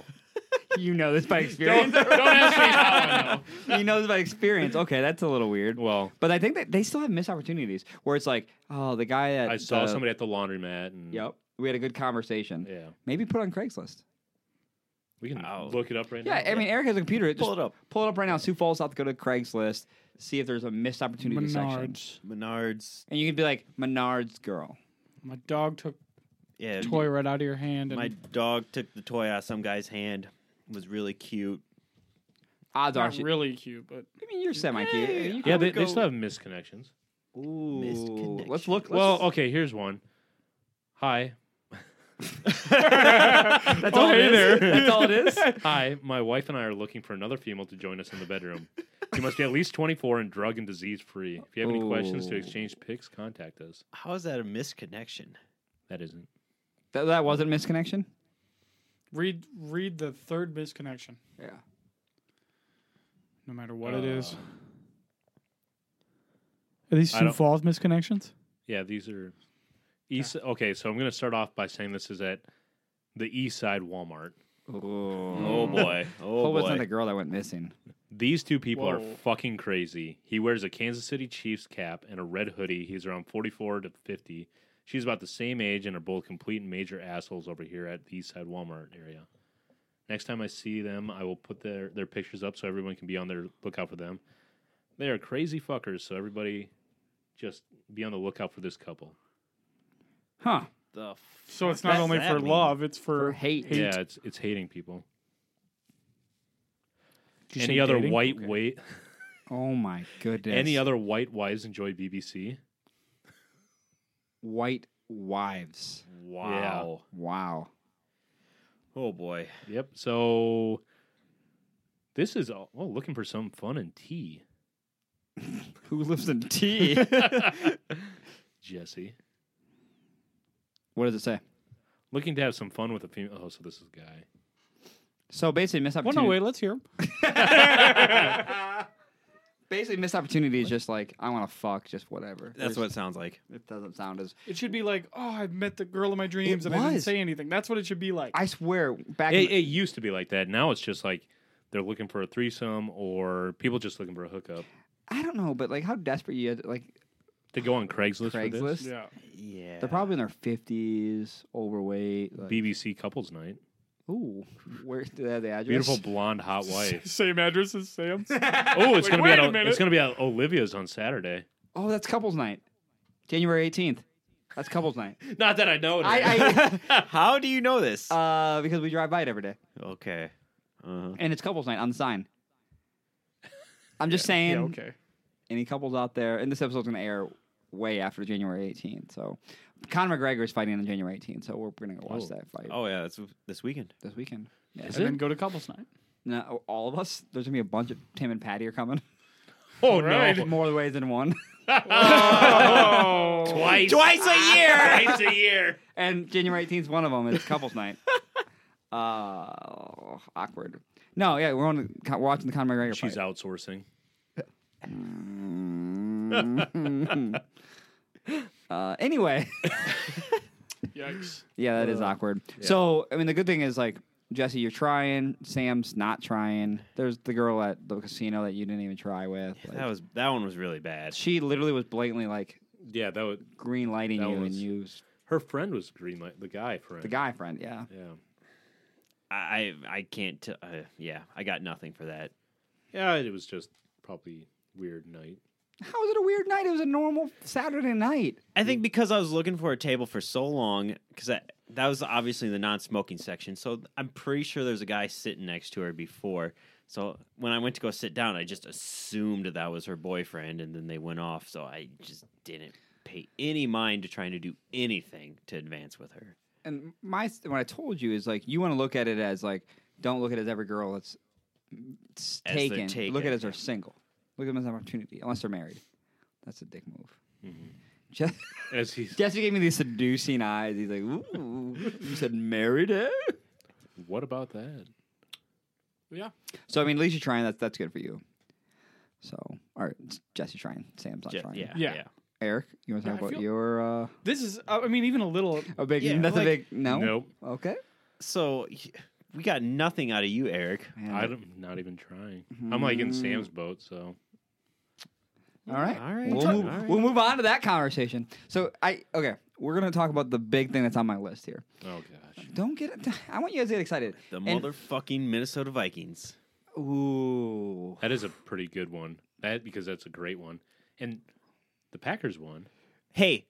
S3: you know this by
S2: don't,
S3: experience.
S2: don't ask me how
S3: [LAUGHS]
S2: I know.
S3: he knows by experience. Okay, that's a little weird. [LAUGHS]
S2: Well,
S3: But I think that they still have missed opportunities where it's like, oh, the guy at
S2: I saw
S3: the-
S2: somebody at the laundromat, and
S3: Yep, we had a good conversation.
S2: yeah,
S3: Maybe put it on Craigslist.
S2: we can
S4: Ow.
S2: look it up right
S3: Yeah,
S2: now.
S3: I mean, Eric has a computer. Just
S4: Pull it up.
S3: Pull it up right now. Sioux Falls, South Dakota, Craigslist. See if there's a missed opportunity section.
S1: Menards.
S4: Menards,
S3: And you can be like Menards girl.
S1: My dog took
S4: yeah,
S1: toy right out of your hand, and
S4: my dog took the toy out of some guy's hand. It was really cute.
S3: Odds are
S1: not
S3: she.
S1: really cute, but
S3: I mean, you're semi cute.
S4: Hey,
S2: yeah, they, they still have misconnections.
S3: Ooh,
S4: Missed
S3: let's look. Let's
S2: well, okay, here's one. Hi.
S3: That's
S1: Oh,
S3: all
S1: hey
S3: it
S1: there.
S3: is. That's all
S2: [LAUGHS]
S3: it is.
S2: Hi, my wife and I are looking for another female to join us in the bedroom. She must be at least 24 and drug and disease free. If you have any questions to
S3: Ooh.
S2: exchange pics, contact us.
S4: How is that a misconnection?
S2: That isn't.
S3: That, that wasn't misconnection.
S1: Read read the third misconnection.
S3: Yeah.
S1: No matter what it
S2: Uh,
S1: is. Are these
S2: I
S1: Sioux
S2: don't-
S1: Falls misconnections?
S2: Yeah, these are east. Okay, so I'm going to start off by saying this is at the East Side Walmart.
S4: Oh boy. Oh
S3: Hope it's not
S4: boy.
S3: the girl that went missing.
S2: These two people are
S1: Whoa.
S2: fucking crazy. He wears a Kansas City Chiefs cap and a red hoodie. He's around 44 to 50. She's about the same age and are both complete and major assholes over here at the East Side Walmart area. Next time I see them, I will put their, their pictures up so everyone can be on their lookout for them. They are crazy fuckers, so everybody just be on the lookout for this couple.
S3: Huh.
S4: The f-
S1: So it's
S4: What
S1: not
S4: does
S1: only
S4: that
S1: for
S4: mean?
S1: love, it's for,
S3: For hate.
S2: Yeah, it's it's hating people.
S1: Did you
S2: Any
S1: say
S2: other
S1: dating?
S2: white
S1: Okay.
S2: wait
S3: Oh my goodness.
S2: any other white wives enjoy BBC?
S3: white wives?
S4: wow.
S3: Wow.
S4: Oh boy.
S2: Yep. So this is all, oh, looking for some fun and tea,
S3: Who lives in tea?
S2: Jesse.
S3: [LAUGHS] what does it say?
S2: Looking to have some fun with a female. Oh, so this is a guy.
S3: So basically, missed
S1: Well,
S3: opportunity.
S1: no, wait, let's hear 'em.
S3: Basically, missed opportunity is just like I want to fuck, just whatever.
S4: That's
S3: There's-
S4: what it sounds like.
S3: It doesn't sound as.
S1: It should be like, oh, I met the girl of my dreams
S3: It
S1: and I didn't
S3: was.
S1: say anything. That's what it should be like. [LAUGHS]
S3: I swear, back in
S2: It,
S3: the-
S2: it used to be like that. Now it's just like they're looking for a threesome or people just looking for a hookup.
S3: I don't know, but like how desperate you had, like
S2: They go on Craigslist. For this.
S3: Craigslist.
S1: yeah.
S4: Yeah.
S3: They're probably in their fifties, overweight. Like,
S2: BBC couples night.
S3: ooh, where do they have the address?
S2: Beautiful blonde hot wife.
S1: Same address as Sam's.
S2: Oh, it's
S1: Wait,
S2: gonna
S1: wait
S2: be at
S1: a
S2: O-
S1: minute.
S2: it's gonna be at Olivia's on Saturday.
S3: Oh, that's couples night, January eighteenth. That's couples night.
S2: Not that I know. it.
S3: I,
S4: [LAUGHS] How do you know this?
S3: I uh, because we drive by it every day,
S4: okay. Uh-huh.
S3: and it's couples night on
S1: [LAUGHS]
S3: the sign. I'm just saying,
S1: yeah, okay.
S3: any couples out there, and this episode's gonna air way after January 18th. So, Conor McGregor is fighting on January 18th, so we're gonna go watch
S2: Oh.
S3: that fight
S4: Oh yeah, that's this weekend.
S3: this weekend. Yeah.
S1: and then go to couples night.
S3: No, all of us. There's gonna be a bunch of Tim and Patty are coming. [LAUGHS]
S2: oh
S1: Right.
S2: no!
S3: More ways than one. [LAUGHS]
S1: Oh.
S2: Twice.
S4: Twice a year.
S2: Twice [LAUGHS] a year.
S3: and January 18th is one of them. It's couples
S1: [LAUGHS]
S3: night. Uh, awkward. No, yeah, we're on. The, co- we're watching the Conor McGregor
S2: She's
S3: fight.
S2: outsourcing.
S3: Mm-hmm. [LAUGHS] Uh, anyway,
S1: Yikes.
S3: yeah, that is awkward. So, I mean, the good thing is like Jesse, you're trying. Sam's not trying. There's the girl at the casino that you didn't even try with. Like,
S4: That was that one was really bad.
S3: she literally was blatantly like
S2: Yeah, that would.
S3: green lighting
S2: That
S3: you, and
S2: was-
S3: you,
S2: Her friend was green light. The guy friend.
S3: the guy friend, yeah.
S2: Yeah.
S4: I I I can't. T- uh, yeah, I got nothing for that.
S2: Yeah, it was just probably weird night.
S3: How was it a weird night? It was a normal Saturday night.
S4: I think because I was looking for a table for so long, because that that was obviously the non-smoking section. So I'm pretty sure there's a guy sitting next to her before. So when I went to go sit down, I just assumed that was her boyfriend, and then they went off. So I just didn't pay any mind to trying to do anything to advance with her.
S3: and my what I told you is like you want to look at it as like don't look at it as every girl that's s-
S4: As they're
S3: taken. Look at
S4: taken,
S3: it as they're single. Look at them as an opportunity, unless they're married. That's a dick move. Je- [LAUGHS]
S2: As he's,
S3: Jesse gave me these seducing eyes. He's like, "Ooh, you said married, eh?"
S2: what about that?
S1: Yeah.
S3: So I mean, at least you're trying. That's that's good for you. So, all right, it's Jesse trying. Sam's not
S4: Ju-
S3: trying.
S4: yeah,
S1: Yeah.
S4: yeah,
S3: Eric, you want to
S1: Yeah,
S3: talk
S1: I
S3: about
S1: feel-
S3: your uh,
S1: This is, I I mean, even a little.
S3: a big?
S4: Yeah,
S3: that's
S4: like-
S3: a big no.
S2: Nope.
S3: Okay.
S4: So we got nothing out of you, Eric.
S2: I don't, not even trying. I'm like in Sam's boat, so
S3: All right.
S4: All right.
S3: We'll
S4: All
S3: move,
S4: right.
S3: we'll move on to that conversation. So I okay, we're gonna talk about the big thing that's on my list here.
S2: oh gosh.
S3: Don't get it. [LAUGHS] I want you guys to get excited.
S4: The
S3: And-
S4: motherfucking Minnesota Vikings.
S3: ooh.
S2: That is a pretty good one. That because that's a great one. And the Packers won.
S4: Hey,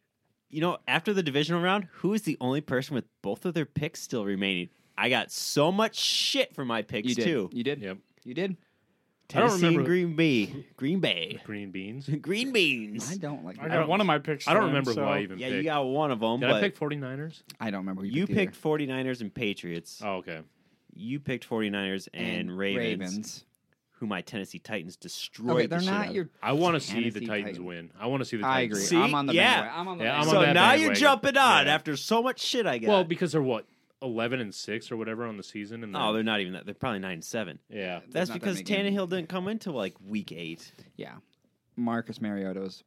S4: you know, after the divisional round, who is the only person with both of their picks still remaining? I got so much shit for my picks
S3: You did.
S4: too.
S3: You did.
S2: Yep.
S3: You did.
S4: Tennessee
S2: remember-
S4: and Green Bay. Green Bay. [LAUGHS]
S2: Green beans.
S4: Green
S3: I
S4: beans.
S3: don't like.
S1: I got one of my picks.
S2: I don't
S1: for them,
S2: remember
S1: so.
S2: who I even
S4: Yeah,
S2: picked.
S4: you got one of them.
S2: Did
S4: but
S2: I pick 49ers?
S3: I don't remember. Who
S4: you
S3: either.
S4: picked 49ers and Patriots.
S2: Oh, okay.
S4: You picked 49ers and, Ravens,
S3: Ravens.
S4: who my Tennessee Titans destroyed.
S3: Okay, they're
S4: the shit
S3: not
S4: out of.
S3: your.
S2: I want to see the
S3: Tennessee
S2: Titans,
S3: Titans.
S2: win. I want to see the
S3: I agree.
S2: Titans.
S4: See?
S3: I'm on the
S4: Yeah.
S3: bandwagon. I'm on the.
S2: Yeah, I'm
S4: so
S2: on that
S4: now you're
S2: bandwagon.
S4: jumping on
S2: Yeah.
S4: after so much shit I got.
S2: Well, because they're what eleven and six or whatever on the season, and
S4: oh,
S2: then-
S4: they're not even that. They're probably nine and seven.
S2: yeah,
S4: That's
S3: not that
S4: because
S3: many games.
S4: Tannehill didn't come into like week eight.
S3: Yeah, Marcus Mariota's.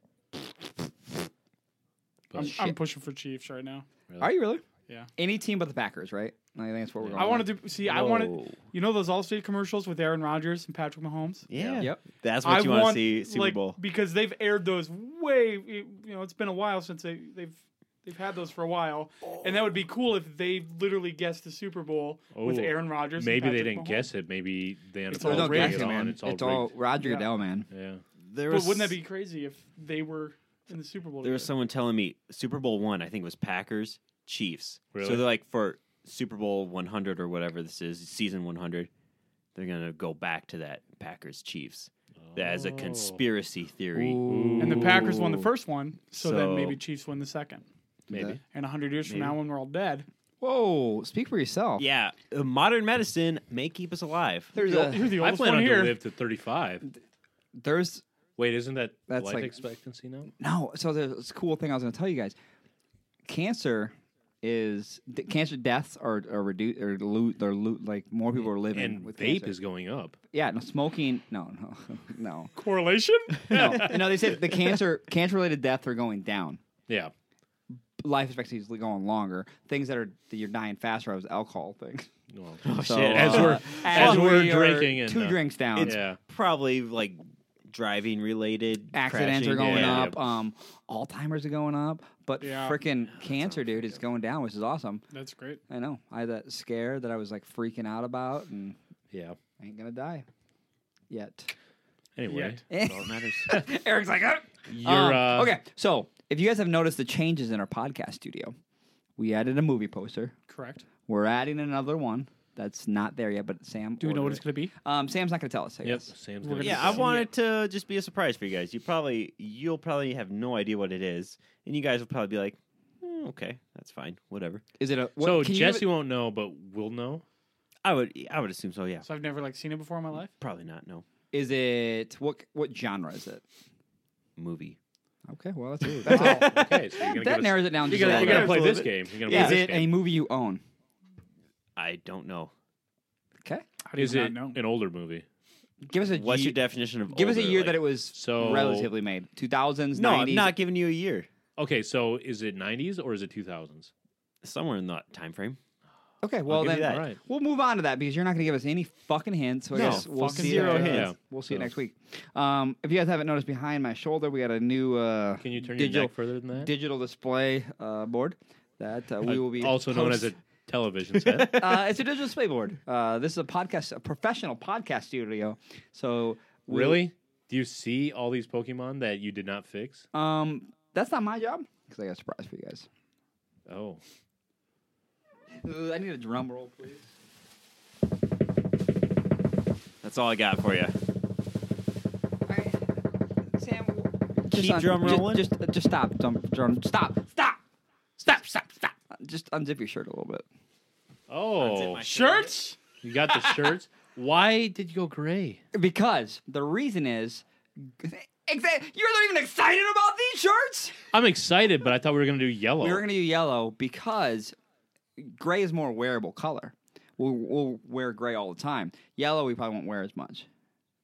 S1: I'm,
S3: Shit.
S1: I'm pushing for Chiefs right now.
S3: Are you really?
S1: Yeah.
S3: Any team but the Packers, right? I think that's what we're
S2: Yeah.
S3: going.
S1: I
S3: want
S1: wanted to see. I wanted.
S4: Whoa.
S1: You know those Allstate commercials with Aaron Rodgers and Patrick Mahomes.
S4: Yeah.
S3: Yep.
S4: That's what
S1: I
S4: you want to
S1: want,
S4: see Super
S1: like,
S4: Bowl.
S1: because they've aired those way. You know, it's been a while since they they've they've had those for a while, and that would be cool if they literally guessed the Super Bowl with
S2: Oh,
S1: Aaron Rodgers. and
S2: maybe they
S1: Patrick
S2: didn't
S1: Mahomes.
S2: guess it. Maybe they ended
S1: It's
S2: up
S1: all
S2: all
S1: rigged,
S2: rigged on.
S3: man.
S2: It's all, rigged.
S3: Roger
S1: Yeah.
S3: Goodell, man.
S2: Yeah,
S4: There
S1: But
S4: was,
S1: wouldn't that be crazy if they were in the Super Bowl?
S4: There was
S1: together?
S4: someone telling me Super Bowl one. I think it was Packers Chiefs.
S2: Really?
S4: So they're like for Super Bowl 100 or whatever this is, season 100. They're gonna go back to that Packers Chiefs. That is a
S2: Oh.
S4: conspiracy theory.
S1: and the Packers won the first one, so,
S4: So-
S1: then maybe Chiefs win the second.
S2: Maybe.
S1: And hundred years from
S4: Maybe.
S1: now, when we're all dead,
S3: Whoa, speak for yourself.
S4: Yeah, uh, modern medicine may keep us alive. [LAUGHS]
S3: There's
S1: you're,
S3: a
S1: you're the
S2: I
S1: oldest
S2: plan
S1: one
S2: on
S1: here.
S2: to live to 35.
S3: there's
S2: Wait, isn't that
S3: That's
S2: life
S3: like-
S2: expectancy now?
S3: no. So there's this cool thing I was going to tell you guys. Cancer is d- cancer deaths are are reduced or lo- they're lo- like more people are living
S2: And
S3: with
S2: vape
S3: cancer.
S2: is going up.
S3: yeah no smoking no [LAUGHS] no
S1: Correlation?
S3: no no no they said the cancer cancer related deaths are going down
S2: [LAUGHS] Yeah,
S3: life expectancy is going longer things that are that you're dying faster I was alcohol things
S2: well,
S4: Oh
S3: So,
S4: shit!
S2: as
S3: uh,
S2: we're as
S3: we
S2: we're
S3: are
S2: drinking and
S3: two
S2: uh,
S3: drinks down
S4: it's
S2: Yeah.
S4: probably like driving related
S3: accidents are
S4: crashing.
S3: going
S2: yeah.
S3: up. Um, Alzheimer's are going up, but
S1: Yeah.
S3: freaking cancer, dude, is going down, which is awesome.
S1: That's great.
S3: I know. I had that scare that I was like freaking out about, and
S2: Yeah.
S3: I ain't gonna die yet.
S2: Anyway,
S3: [LAUGHS]
S4: That's all that [LAUGHS] matters.
S3: Eric's like, "Ah."
S2: you're
S3: Um,
S2: uh,
S3: okay. So if you guys have noticed the changes in our podcast studio, we added a movie poster.
S1: Correct.
S3: We're adding another one that's not there yet, but Sam.
S1: Do we know what
S3: ordered
S1: it's going to be?
S3: it. Um, Sam's not gonna tell us. I
S2: Yep,
S3: guess.
S2: Sam's
S1: We're
S2: gonna
S1: gonna
S2: be
S4: Yeah, I
S1: see
S2: fine.
S4: want it to just be a surprise for you guys. You probably you'll probably have no idea what it is, and you guys will probably be like, "Mm, "Okay, that's fine, whatever."
S3: Is it a? What,
S2: So
S3: can you give
S2: Jesse
S3: it-
S2: won't know, but we'll
S3: [LAUGHS]
S2: know.
S4: I would I would assume so. Yeah,
S1: So I've never like seen it before in my life.
S4: probably not. No
S3: is it what? What genre is it?
S4: movie.
S3: Okay. Well, [LAUGHS] that's, that's all.
S2: okay, so you're gonna
S3: that
S2: give us-
S3: narrows it down.
S2: You're
S3: just a
S2: gonna, you're
S3: little bit.
S2: gonna play
S4: Absolutely.
S2: this game. You're gonna
S3: Is
S2: play this
S3: it a
S2: game.
S3: movie you own?
S4: I don't know.
S3: Okay.
S1: How do
S2: Is
S1: you
S2: it
S1: not know?
S2: an older movie?
S3: Give us a
S4: What's
S3: ye-
S4: your definition of
S3: give us a
S4: older,
S3: year
S4: like-
S3: that it was
S2: So-
S3: relatively made. 2000s,
S4: No,
S3: 90s.
S4: I'm not giving you a year.
S2: Okay, so is it 90s or is it 2000s?
S4: Somewhere in that time frame.
S3: Okay, well
S4: give you
S3: then
S4: that.
S2: All right.
S3: we'll move on to that because you're not going to give us any fucking hints. So I
S4: No,
S3: guess we'll
S1: fucking
S3: see
S1: zero
S3: it, uh,
S2: hints. Yeah.
S3: We'll see it
S2: So-
S3: next week. Um, if you guys haven't noticed, behind my shoulder we got a new uh,
S2: Can you turn your
S3: digital
S2: neck further than that?
S3: digital display uh, board that uh, we will be
S2: also known as a
S3: post- [LAUGHS]
S2: television set.
S3: uh, it's a digital display board. Uh, this is a podcast, a professional podcast studio. So we-
S2: really? Do you see all these Pokemon that you did not fix?
S3: Um, that's not my job because I got a surprise for you guys.
S2: Oh,
S3: Ooh, I need a drum roll, please.
S4: That's all I got for you.
S3: I, Sam,
S4: Keep drum rolling.
S3: Just, uh, just, just stop, drum, drum, stop, stop, stop, stop, stop. Uh, Just unzip your shirt a little bit.
S2: oh,
S4: my
S1: Shirts?
S2: you got
S3: [LAUGHS]
S2: the shirts. Why did you go gray?
S3: Because the reason is, exa- you're not even excited about these shirts.
S2: I'm excited, but I thought we were gonna do yellow.
S3: We were gonna do yellow because gray is more wearable color. We'll, we'll wear gray all the time. Yellow, we probably won't wear as much.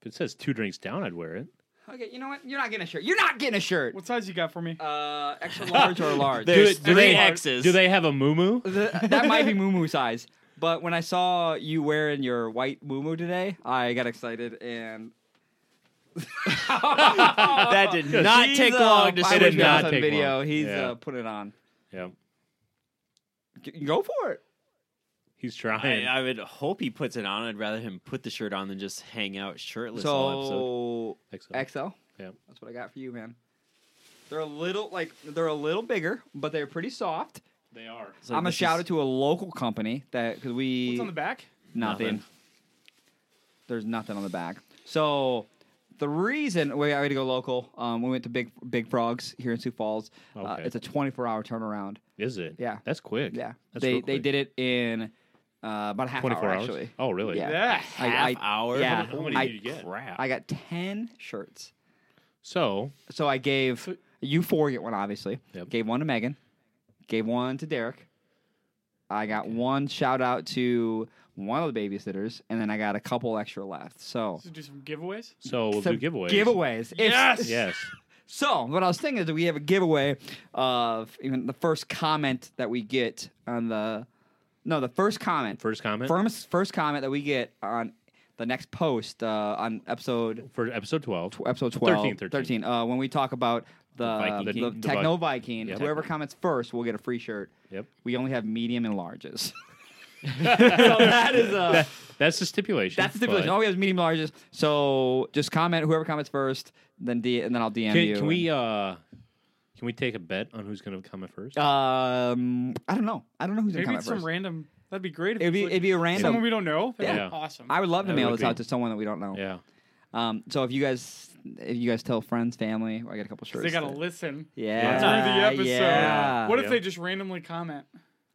S2: If it says two drinks down, I'd wear it.
S3: Okay, you know what? You're not getting a shirt. You're not getting a shirt.
S1: What size you got for me?
S3: Uh, [LAUGHS] extra large or large?
S4: There's
S2: do, it- do
S4: three
S2: they,
S4: X's.
S2: Do they have a moo
S3: The- [LAUGHS] that might be moo moo size. But when I saw you wearing your white moo moo today, I got excited and
S4: [LAUGHS] that
S3: [LAUGHS]
S4: did not
S3: He's,
S4: take
S3: uh,
S4: long to
S3: I
S4: say.
S3: wish
S2: did
S3: we had
S2: not
S3: this on
S2: take
S3: video.
S2: long.
S3: He's
S2: Yeah.
S3: uh, put it on.
S2: Yeah,
S3: G- Go for it.
S2: he's
S4: I,
S2: trying.
S4: I would hope he puts it on. I'd rather him put the shirt on than just hang out shirtless all episode.
S3: So
S2: XL.
S3: XL.
S2: Yeah.
S3: That's what I got for you, man. They're a little like they're a little bigger, but they're pretty soft.
S2: They are.
S4: So
S3: I'm gonna
S4: this
S3: shout
S4: is-
S3: it to a local company that because we
S1: What's on the back?
S3: nothing.
S4: Nothing.
S3: There's nothing on the back. So the reason we had to go local, um, we went to Big Big Frogs here in Sioux Falls. Uh,
S2: Okay.
S3: it's a 24 hour turnaround.
S2: Is it?
S3: Yeah.
S2: That's quick.
S3: Yeah,
S2: That's
S3: they
S2: real
S3: they
S2: quick.
S3: did it in uh, about a half
S2: 24
S3: hour
S2: hours.
S3: actually.
S2: Oh, really?
S3: Yeah.
S1: Yeah.
S3: I-
S4: Half
S3: I-
S4: hour.
S3: yeah.
S2: How many
S3: I-
S2: did you get?
S4: Crap.
S3: I got 10 shirts.
S2: So
S3: So I gave you four get one, obviously.
S2: Yep.
S3: Gave one to Megan. Gave one to Derek. I got one shout out to one of the babysitters, and then I got a couple extra left. So,
S1: So do some giveaways.
S2: so we'll
S3: some
S2: do giveaways.
S3: Giveaways. If-
S1: Yes!
S2: Yes.
S3: [LAUGHS] So what I was thinking is that we have a giveaway of even the first comment that we get on the no the first comment
S2: First comment
S3: first first comment that we get on the next post uh, on episode
S2: for episode twelve.
S3: episode 12 13,
S2: 13, 13.
S3: uh, when we talk about the,
S2: Viking
S3: the,
S2: King. The Vi-
S3: techno viking
S2: Yeah.
S3: whoever comments first will get a free shirt
S2: Yep.
S3: we only have medium
S2: [LAUGHS]
S3: and larges [LAUGHS] so that is uh,
S2: That- that's the stipulation.
S3: that's the stipulation Oh,
S2: but-
S3: all we have is medium and larges so just comment whoever comments first then D- and then i'll dm
S2: Can,
S3: you
S2: can we uh, can we take a bet on who's going to comment first?
S3: Oh. um i don't know i don't know who's gonna
S1: Maybe
S3: comment
S1: it's some
S3: first
S1: random. That'd be great. If
S3: it'd be
S1: it's like
S3: it'd be a
S1: someone
S3: random
S1: we don't know. That'd
S2: Yeah.
S1: be awesome.
S3: i would love to
S2: That
S3: mail
S2: would
S3: this out
S2: be-
S3: to someone that we don't know
S2: yeah.
S3: um so if you guys if you guys tell friends family i got a couple shirts
S1: they gotta
S3: that-
S1: listen
S3: yeah
S1: through the episode.
S3: yeah.
S1: What if
S2: Yeah.
S1: they just randomly comment?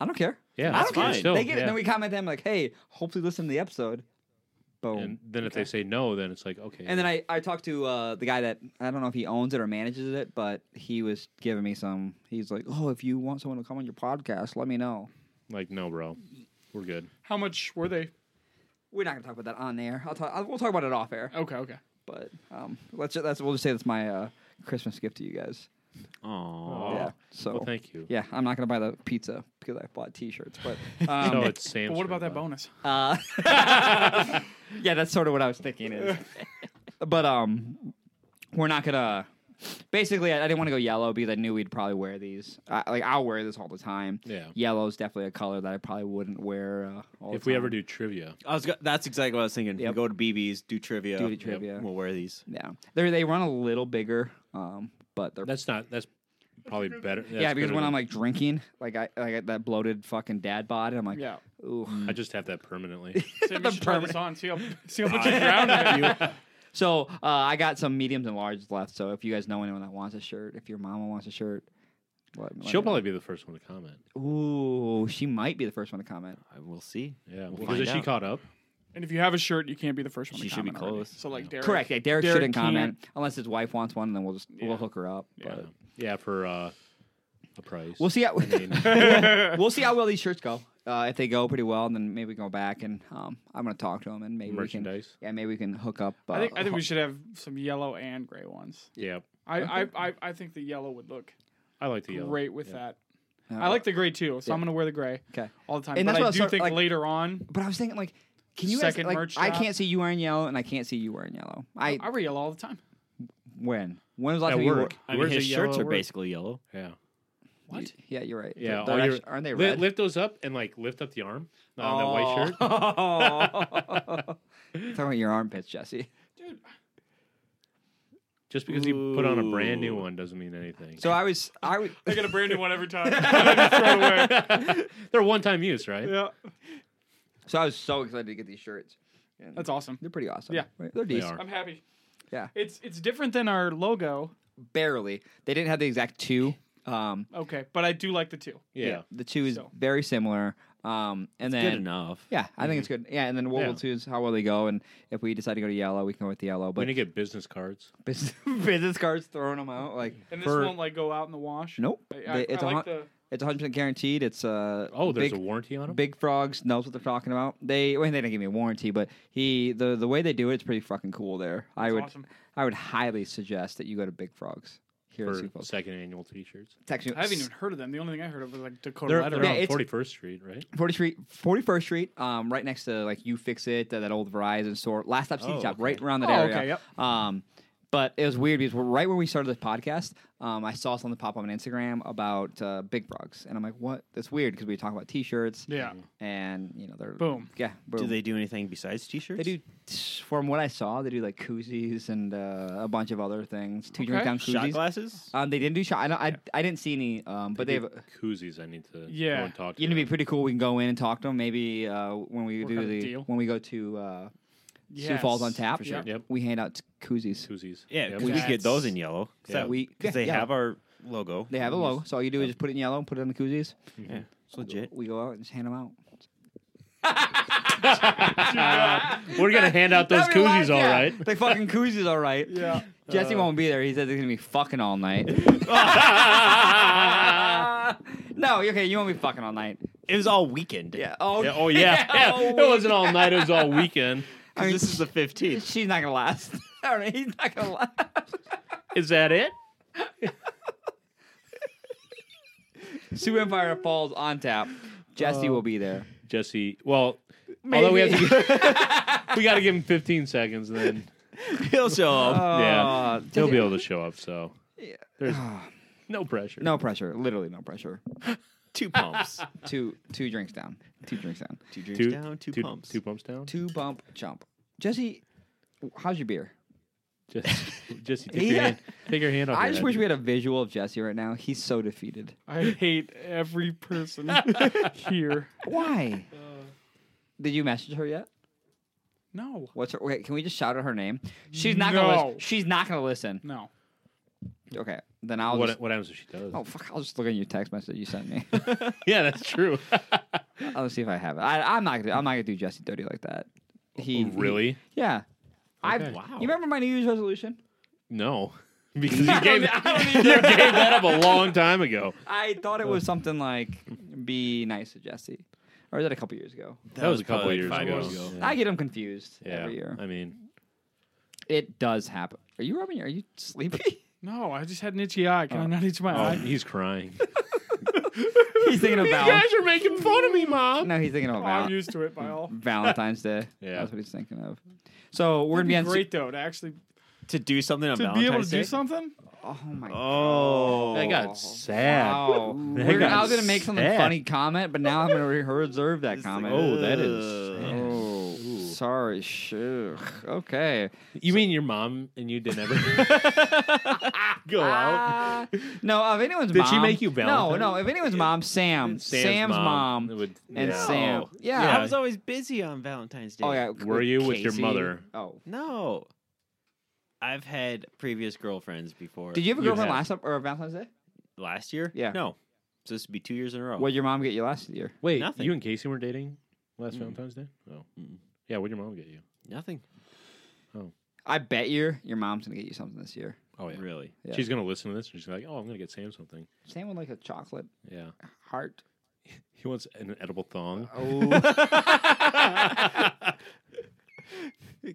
S3: I don't care.
S2: Yeah,
S3: I
S2: that's
S3: don't care.
S4: fine.
S2: Still,
S3: they get it,
S2: yeah.
S3: and then we comment them like, "Hey, hopefully listen to the episode." Boom.
S2: And
S3: And,
S2: then if they say no, then it's like okay.
S3: then I I talked to uh, the guy that I don't know if he owns it or manages it, but he was giving me some. He's like, "Oh, if you want someone to come on your podcast, let me know."
S2: like no, bro, we're good.
S1: How much were they?
S3: We're not gonna talk about that on there. I'll talk. I'll, we'll talk about it off air.
S1: Okay, okay.
S3: But um, let's ju- that's we'll just say that's my uh, Christmas gift to you guys.
S4: Aw.
S2: Oh.
S3: yeah. So
S2: Well, thank you.
S3: yeah, I'm not gonna buy the pizza because I bought T-shirts. But
S2: [LAUGHS]
S3: um,
S2: So it's Sam's.
S1: But what about
S2: turn,
S1: that
S2: bud.
S1: bonus?
S3: Uh, [LAUGHS] yeah, that's sort of what I was thinking is.
S2: [LAUGHS]
S3: but um, we're not gonna. Basically, I, I didn't want to go yellow because I knew we'd probably wear these. I, like I'll wear this all the time.
S2: Yeah.
S3: Yellow is definitely a color that I probably wouldn't wear. Uh, all
S2: If
S3: the
S2: we
S3: time.
S2: ever do trivia,
S4: I was. go- That's exactly what I was thinking. We
S3: Yep.
S4: go to BB's, do trivia.
S3: Do the trivia.
S4: We'll wear these.
S3: yeah, they they run a little bigger. Um, but they're
S2: that's not. That's probably better. That's
S3: yeah because
S2: better
S3: when I'm
S2: than-
S3: like drinking, like I I got that bloated fucking dad bod, and I'm like,
S1: Yeah.
S3: [LAUGHS] ooh.
S2: I just have that
S3: [LAUGHS]
S2: permanently.
S1: Sam, you should try this
S3: permanent-
S1: on. See how, see
S2: [LAUGHS]
S1: how much you drown in it.
S3: So uh, I got some mediums and larges left. So if you guys know anyone that wants a shirt, if your mama wants a shirt, let, let
S2: She'll
S3: me know.
S2: probably be the first one to comment.
S3: Ooh, she might be the first one to comment.
S4: I will see.
S2: Yeah,
S4: We'll
S2: because
S4: find
S2: if she
S4: out.
S2: caught up,
S1: And if you have a shirt, you can't be the first one
S4: She
S1: to
S4: should be
S1: comment. already.
S4: close.
S1: So, like, Derek.
S3: Correct. Yeah, Derek,
S1: Derek
S3: shouldn't
S1: can't.
S3: comment unless his wife wants one, and then we'll just
S1: Yeah.
S3: we'll hook her up.
S2: yeah,
S3: But
S2: yeah, for uh, a price.
S3: we'll see how
S2: I
S1: [LAUGHS]
S2: mean,
S3: [LAUGHS] we'll see how well these shirts go. Uh, if they go pretty well, then maybe we can go back and um, I'm gonna talk to him and maybe we
S2: merchandise.
S3: can yeah maybe we can hook up. Uh,
S1: I think, I think we should have some yellow and gray ones.
S2: Yeah,
S1: I, I, I, I think the yellow would look
S2: I like the yellow.
S1: great with
S2: Yeah.
S1: that.
S3: uh,
S1: I like the gray too, so I'm gonna wear the gray
S3: okay.
S1: all the time.
S3: And
S1: but
S3: that's what I
S1: I
S3: was
S1: do
S3: sort-
S1: think
S3: like-
S1: later on,
S3: But I was thinking like. Can you guys,
S1: Second
S3: like,
S1: merch
S3: I
S1: drop.
S3: can't see you wearing yellow, and I can't see you wearing yellow. I,
S1: I wear yellow all the time.
S3: when when was the last
S2: At
S3: time you wore-
S2: work.
S4: I mean,
S2: Where's
S4: his
S2: the
S4: shirts
S2: yellow
S4: are
S2: word?
S4: basically yellow.
S2: Yeah,
S1: What?
S3: Yeah, you're right.
S2: yeah.
S3: They're
S2: all your-
S3: actu- aren't they
S2: li-
S3: red?
S2: lift those up and like lift up the arm on that white shirt.
S3: [LAUGHS] Oh. Talking about your armpits, Jesse.
S1: Dude,
S2: Just because you put on a brand new
S4: Ooh.
S2: one doesn't mean anything. [LAUGHS]
S3: So I was, I was.
S1: I get a brand new one every [LAUGHS] time. I just throw it away.
S2: [LAUGHS] they're one time use, right?
S1: Yeah,
S3: So I was so excited to get these shirts. And
S1: that's awesome.
S3: They're pretty awesome.
S1: Yeah.
S3: Right? they're
S2: They
S3: decent.
S2: are.
S1: I'm happy.
S3: Yeah.
S1: it's it's different than our logo.
S3: Barely. They didn't have the exact two. Um,
S1: Okay, but I do like the two.
S2: Yeah.
S3: the two is
S1: So.
S3: very similar. Um, and then
S4: Good enough.
S3: yeah, I
S1: Mm-hmm.
S3: think it's good. Yeah, and then we'll, we'll
S2: Yeah.
S3: choose how well they go, and if we decide to go to yellow, we can go with the yellow.
S2: We're
S3: But
S2: gonna get business cards.
S3: business, [LAUGHS] business cards throwing them out like
S1: And this
S2: For-
S1: won't like go out in the wash.
S3: nope.
S1: I, I,
S3: They- it's
S1: I
S3: a
S1: like
S3: hun-
S1: the.
S3: it's 100 percent guaranteed. It's uh
S2: Oh, there's
S3: big,
S2: a warranty on them.
S3: Big Frogs knows what they're talking about. They well, they didn't give me a warranty, but he the the way they do it, it's pretty fucking cool. There, I
S1: It's
S3: would
S1: awesome.
S3: I would highly suggest that you go to Big Frogs here in
S2: for
S3: Sioux Falls.
S2: second annual T-shirts.
S3: Section
S1: I haven't even heard of them. The only thing I heard of was like Dakota
S2: They're,
S1: Leather.
S2: they're
S3: Yeah,
S2: on
S3: it's-
S2: Forty First Street, right?
S3: 40 Street, 41st Street, um, right next to like You Fix It, that, that old Verizon store, Last Stop Steve
S2: Oh,
S3: Shop,
S2: okay.
S3: right around that
S1: Oh,
S3: area.
S1: okay, yep.
S3: Um, but it was weird because we're- right when we started this podcast, um, I saw something pop up on Instagram about uh, Big Frogs, and I'm like, what? That's weird because we talk about T-shirts,
S1: yeah,
S3: and you know they're
S1: Boom.
S3: yeah.
S4: Do
S3: boom.
S4: they do anything besides t-shirts?
S3: They do, from what I saw, they do like koozies and uh, a bunch of other things. Two drink
S1: Okay.
S3: down
S4: shot
S3: koozies.
S4: glasses.
S3: Um, they didn't do shot. I, don't, I, I didn't see any, um, but they have.
S2: do koozies. I need to
S1: Yeah.
S2: go and talk to.
S3: You know, it'd be
S2: them.
S3: pretty cool. We can go in and talk to them. Maybe uh, when we
S1: Work
S3: do
S1: out a
S3: the
S1: deal.
S3: when we go to uh,
S1: Yes.
S3: Sioux Falls on tap.
S1: For sure.
S2: Yep.
S3: We hand out koozies.
S2: Koozies.
S4: Yeah,
S2: Yep.
S4: we could get those in yellow.
S3: So that we
S4: Because
S3: yeah,
S4: they
S3: yeah.
S4: have our logo.
S3: they have a logo. So all you do is just put it in yellow and put it on the koozies.
S4: Yeah, it's legit.
S3: We go out and just hand them out.
S2: We're gonna hand out those
S3: That'd be
S2: koozies,
S3: live,
S2: all
S3: yeah.
S2: [LAUGHS] right.
S3: The fucking koozies, all right.
S1: Yeah. Uh.
S3: Jesse won't be there. He said they're gonna be fucking all night. [LAUGHS] no, okay, you won't be fucking all night.
S4: It was all weekend. [LAUGHS]
S3: Yeah. Oh.
S2: Yeah, oh yeah, [LAUGHS] yeah.
S3: Oh,
S2: it wasn't all night; it was all weekend.
S3: I mean,
S4: this
S3: [LAUGHS]
S4: is the 15th.
S3: She's not gonna last. [LAUGHS] all right, he's not gonna last.
S2: Is that it?
S3: Sioux Empire Falls on tap. Jesse will be there.
S2: Jesse. Well, although we have
S3: [LAUGHS]
S2: to, we got to give him 15 seconds. Then
S4: He'll show up.
S2: Oh, yeah,
S3: Uh,
S2: he'll be able to show up. So there's no pressure.
S3: [LAUGHS] Ah. No pressure. Literally no pressure. [LAUGHS]
S4: Two pumps.
S3: Two two drinks down. Two drinks down.
S4: Two drinks
S2: two
S4: down, two, pumps.
S2: Two pumps down.
S3: Two bump jump. Jesse, how's your beer? [LAUGHS]
S2: Jesse, Jesse, take your
S3: Yeah.
S2: hand. Take your hand off.
S3: I
S2: your
S3: just
S2: head.
S3: wish we had a visual of Jesse right now. He's so defeated.
S1: I hate every
S3: [LAUGHS]
S1: person here.
S2: [LAUGHS]
S3: Why?
S2: Uh,
S3: Did you message her yet?
S1: No.
S3: What's her? Wait, can we just shout out her name? She's not gonna.
S1: No.
S3: Listen. She's not gonna listen.
S1: No.
S3: Okay, then I'll.
S2: What,
S3: just,
S2: what happens if she does?
S3: oh fuck! I'll just look at your text message you sent me.
S2: [LAUGHS] Yeah, that's
S3: [LAUGHS]
S2: true.
S3: I'll see if I have it. I, I'm not. Gonna, I'm not gonna do Jesse dirty like that. He
S2: Oh, really?
S3: he- yeah. I.
S2: Okay.
S3: Wow. You remember my New Year's resolution?
S2: No, because you gave,
S3: [LAUGHS] I don't
S2: [LAUGHS] you gave that up a long time ago.
S3: I thought it
S2: Uh,
S3: was something like be nice to Jesse, or is that a couple years ago?
S2: That was a couple
S4: probably
S2: years
S4: five
S2: ago.
S4: years ago.
S3: I get them confused
S2: Yeah,
S3: every year.
S2: I mean,
S3: It does happen. Are you rubbing? your- Are you
S2: [LAUGHS]
S3: sleepy? [LAUGHS]
S1: No, I just had an itchy eye. Can I not itch my
S2: oh,
S1: eye?
S2: he's crying.
S3: he's [LAUGHS] thinking about.
S2: are making fun of me, mom.
S3: No, he's
S2: [LAUGHS]
S3: thinking about.
S1: Oh, I'm used to it by
S3: Mm-hmm.
S1: all.
S3: Valentine's Day.
S2: Yeah.
S3: That's what he's thinking of. So we're
S1: It'd
S3: gonna be
S1: be
S3: on.
S1: great though to actually
S4: To do something on
S1: to be
S4: Valentine's
S1: able to
S4: Day?
S1: do something.
S3: Oh my. god.
S4: Oh.
S2: That got sad.
S3: Wow.
S2: That
S3: We're gonna,
S2: got
S3: I was gonna make some
S2: sad.
S3: funny comment, but now I'm gonna re- reserve that
S4: It's like,
S3: comment.
S2: Oh, that
S4: Ugh.
S2: is. sad.
S3: Oh, sorry. Sure. Okay.
S2: You mean your mom and you
S3: [LAUGHS]
S2: didn't ever go out?
S3: Ah. no, of anyone's
S2: Did
S3: mom.
S2: she make you
S3: No,
S2: Valentine's?
S3: no. If anyone's mom, Sam. Um, Sam's, mom.
S2: It would-
S3: and
S2: yeah.
S3: Sam.
S4: No.
S3: Yeah.
S4: I was always busy on Valentine's Day.
S3: Oh yeah.
S2: Were you with your
S3: Casey.
S2: mother?
S3: Oh.
S4: No. I've had previous girlfriends before.
S3: Did you have a
S2: You
S3: girlfriend
S2: have.
S3: last up or Valentine's Day?
S4: Last year?
S3: Yeah.
S4: No. So this would be two years in a row.
S3: What would your mom get you last year?
S2: Wait,
S4: Nothing.
S2: you and Casey were dating last
S4: Mm.
S2: Valentine's Day? Oh.
S4: Mm.
S2: Yeah, what'd your mom get you?
S4: Nothing.
S3: I bet you your mom's gonna get you something this year.
S2: Oh,
S4: Really. [LAUGHS]
S3: Yeah.
S2: She's going to listen to this and she's like, oh, I'm going to get Sam something.
S3: Sam would like a chocolate
S2: Yeah.
S3: heart.
S2: He wants an edible thong.
S3: Oh.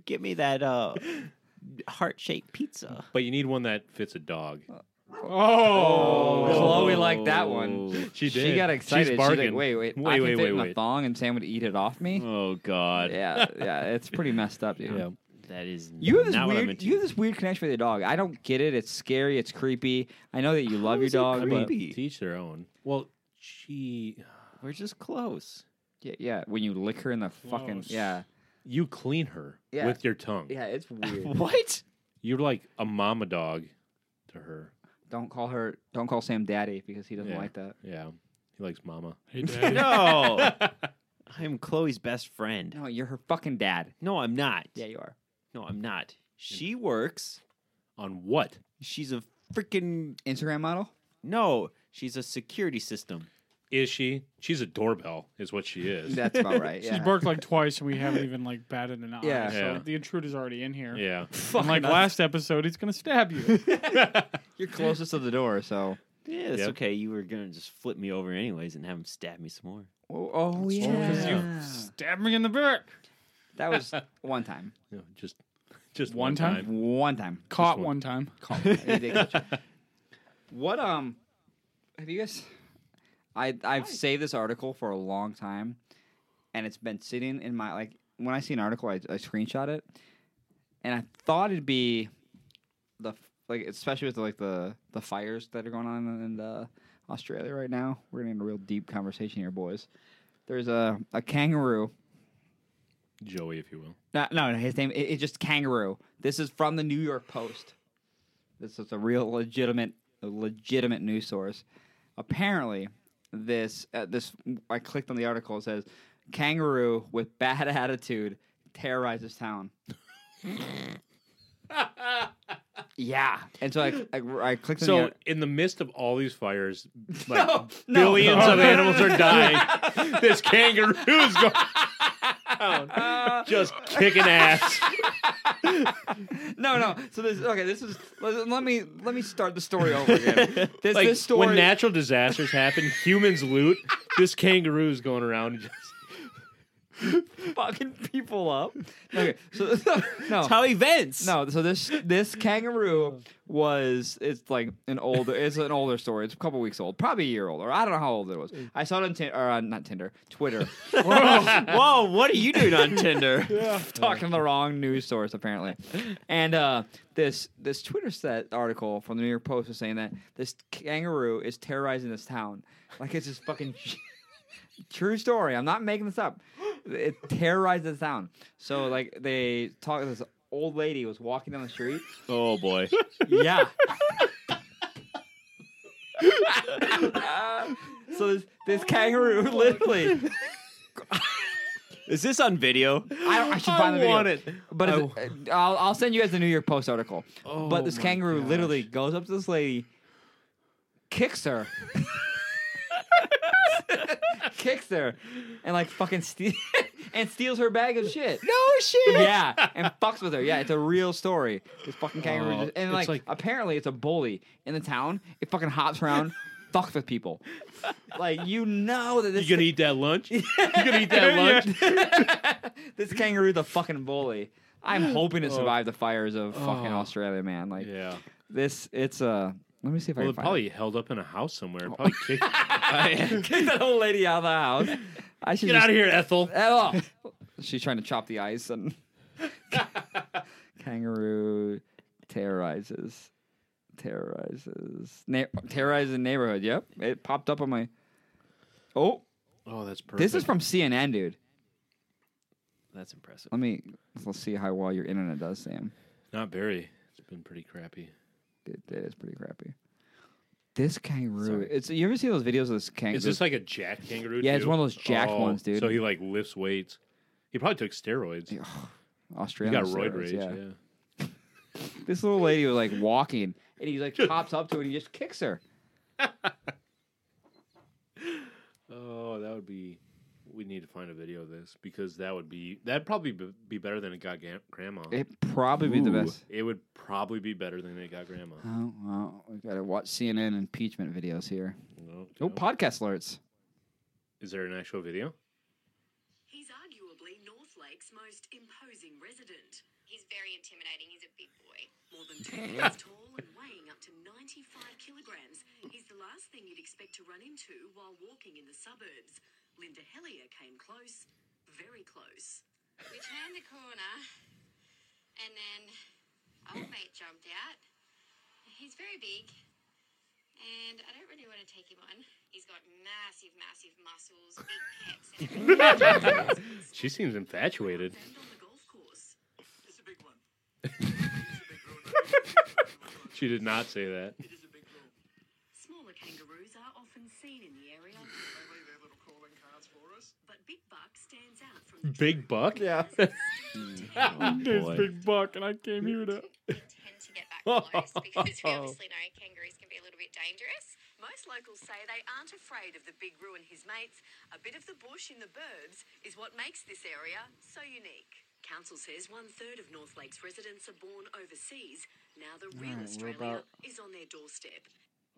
S4: Give me that uh, [LAUGHS] heart shaped pizza.
S2: But you need one that fits a dog.
S3: uh,
S1: Oh,
S3: Chloe liked that one.
S2: She did.
S3: She got excited.
S2: She's
S3: She's like,
S2: bargained.
S3: wait, wait,
S2: Wait,
S3: I can
S2: wait,
S3: fit
S2: wait,
S3: in a
S2: wait.
S3: thong, and Sam would eat it off me.
S4: Oh God.
S3: yeah, yeah, it's pretty messed up, dude.
S4: That is
S3: You have this
S4: not what I'm
S3: weird,
S4: into.
S3: you have this weird connection with your dog. I don't get it. It's scary. It's creepy. I know that you love your
S4: is it
S3: dog, but
S4: creepy?
S2: To each their own. Well, she.
S4: We're just close.
S3: yeah, yeah, when you lick her in the fucking
S1: Gross.
S3: yeah,
S2: You clean her
S3: Yeah.
S2: with your tongue.
S3: yeah, it's weird.
S4: What?
S2: You're like a mama dog to her.
S3: don't call her. Don't call Sam daddy because he doesn't
S2: Yeah.
S3: like that.
S2: Yeah. He likes mama. [LAUGHS]
S1: Hey, Daddy. [LAUGHS]
S4: [LAUGHS] No.
S3: [LAUGHS]
S4: I'm Chloe's best friend.
S3: No, you're her fucking dad.
S4: No, I'm not.
S3: Yeah, you are.
S4: No, I'm not. She works.
S2: On what?
S4: She's a freaking
S3: Instagram model.
S4: no. She's a security system.
S2: Is she? She's a doorbell, is what she is.
S3: That's about right.
S1: She's
S3: yeah.
S1: barked like twice, and we haven't even like batted an eye.
S3: Yeah.
S1: so
S2: Yeah.
S1: the intruder's already in here.
S2: yeah.
S1: And like last episode, he's gonna stab
S3: [LAUGHS]
S1: you.
S3: You're closest to the door, so.
S4: Yeah, it's
S2: Yep.
S4: okay. You were gonna just flip me over anyways and have him stab me some more.
S3: Oh, oh yeah.
S1: Because you stabbed me in the back.
S3: That was one time.
S2: No, just just
S1: One
S2: one,
S1: time?
S2: time.
S3: One time.
S1: Caught
S2: one.
S1: one time. [LAUGHS]
S3: They did catch you. what um have you guys I I've saved this article for a long time and it's been sitting in my like when I see an article I, I screenshot it and I thought it'd be the f- like especially with like the the fires that are going on in, in uh, Australia right now. We're getting a real deep conversation here, boys. There's a a kangaroo
S2: Joey, if you will.
S3: no, no, no, his name it- it's just Kangaroo. This is from the New York Post. This is a real legitimate, a legitimate news source. Apparently, this uh, this I clicked on the article. It says kangaroo with bad [LAUGHS] attitude terrorize this town. yeah, and so I I, I clicked on
S2: So
S3: the.
S2: in the midst of all these fires, like
S3: No, [LAUGHS] no.
S2: billions of animals are
S3: [LAUGHS]
S2: dying. this kangaroo's going
S3: Oh,
S2: just kicking ass.
S3: No, no. So this okay. This is let, let me let me start the story over
S2: [LAUGHS]
S3: again. This
S2: Like
S3: this story.
S2: when natural disasters
S3: [LAUGHS]
S2: happen, humans loot. This kangaroo's going around. And just,
S3: fucking people up. [LAUGHS] Okay, so no,
S4: It's how he vents.
S3: no. So this this kangaroo was it's like an older it's an older story. It's a couple weeks old, probably a year old, or I don't know how old it was. I saw it on Tinder, or on, not Tinder, Twitter.
S4: [LAUGHS]
S3: [LAUGHS]
S4: Whoa, what are you doing on
S1: [LAUGHS]
S4: Tinder?
S3: [LAUGHS] talking the wrong news source apparently. And uh, this this Twitter set article from the New York Post was saying that this kangaroo is terrorizing this town. Like it's just fucking [LAUGHS] true story. I'm not making this up. It terrorizes this town. So like they talk this old lady was walking down the street.
S4: Oh boy.
S3: Yeah. [LAUGHS] so this this kangaroo [LAUGHS] literally
S4: Is this on video?
S3: I, don't, I should find the video. But
S2: Oh.
S3: it's, I'll, I'll send you guys the New York Post article. but this kangaroo literally goes up to this lady, kicks her, [LAUGHS] kicks her, and like fucking steal [LAUGHS] and steals her bag of shit. No shit. [LAUGHS] Yeah, and fucks with her. Yeah, it's a real story. This fucking kangaroo,
S2: Oh,
S3: just, and
S2: it's
S3: like,
S2: like-
S3: apparently it's a bully in the town. It fucking hops around. Fucks with people, like you know that this
S2: You gonna eat that lunch? You gonna eat
S3: [LAUGHS]
S2: that lunch?
S3: this kangaroo's a fucking bully. I'm hoping to survive the fires of fucking
S2: Oh.
S3: Australia, man. Like
S2: Yeah.
S3: this, it's Uh, let me see if
S2: Well, it
S3: I can find
S2: [LAUGHS] probably held up in a house somewhere. Probably kicked.
S3: it. [LAUGHS] Kick that old lady out of the house. [LAUGHS] I
S2: [LAUGHS]
S3: should
S2: Get out of here, Ethel.
S3: here.
S2: [LAUGHS]
S3: She's trying to chop the ice and kangaroo terrorizes, terrorizes, Na- terrorizes the neighborhood. Yep, it popped up on my. Oh,
S2: Oh, that's perfect.
S3: this is from CNN, dude.
S4: That's impressive.
S3: Let me let's see how well your internet does, Sam.
S2: not very. It's been pretty crappy.
S3: It, it is pretty crappy. This kangaroo. It's you ever see those videos of this kangaroo?
S2: Is this like a jack kangaroo?
S3: Yeah, it's
S2: too? Oh,
S3: one of those jacked ones, dude.
S2: So he like lifts weights. He probably took steroids. He
S3: [SIGHS] Australian?
S2: got roid
S3: steroids,
S2: rage. Yeah.
S3: This little lady was like walking, and he like pops up to her and he just kicks her.
S2: Oh, that would be. We need to find a video of this because that would be that'd probably be be better than it got ga- grandma.
S3: It probably be the
S2: Ooh,
S3: best.
S2: It would probably be better than it got grandma.
S3: Oh well, we gotta watch CNN impeachment videos here.
S2: No,
S3: Oh,
S2: no.
S3: podcast alerts.
S2: Is there an actual video?
S5: He's arguably North Lake's most imposing resident.
S6: He's very intimidating. He's a big boy.
S5: More than two meters tall and weighing up to 95 kilograms, he's the last thing you'd expect to run into while walking in the suburbs. Linda Hellier came close, very close.
S6: We turned the corner, and then old mate jumped out. He's very big, and I don't really want to take him on. He's got massive, massive muscles, big pecs, and everything.
S2: She seems infatuated.
S5: And on the golf course,
S7: It's a big one.
S2: She did not say that.
S7: It is a big room.
S5: smaller kangaroos are often seen in the area,
S7: They leave their little calling cards for us.
S5: but Big Buck stands out from the
S2: Big buck. Yeah.
S4: Oh,
S1: There's Big Buck, and I came here to.
S6: We tend to get back close because we obviously know kangaroos can be a little bit dangerous.
S5: Most locals say they aren't afraid of the big Roo and his mates. A bit of the bush in the burbs is what makes this area so unique. Council says one third of North Lake's residents are born overseas. Now the real Australia is on their doorstep.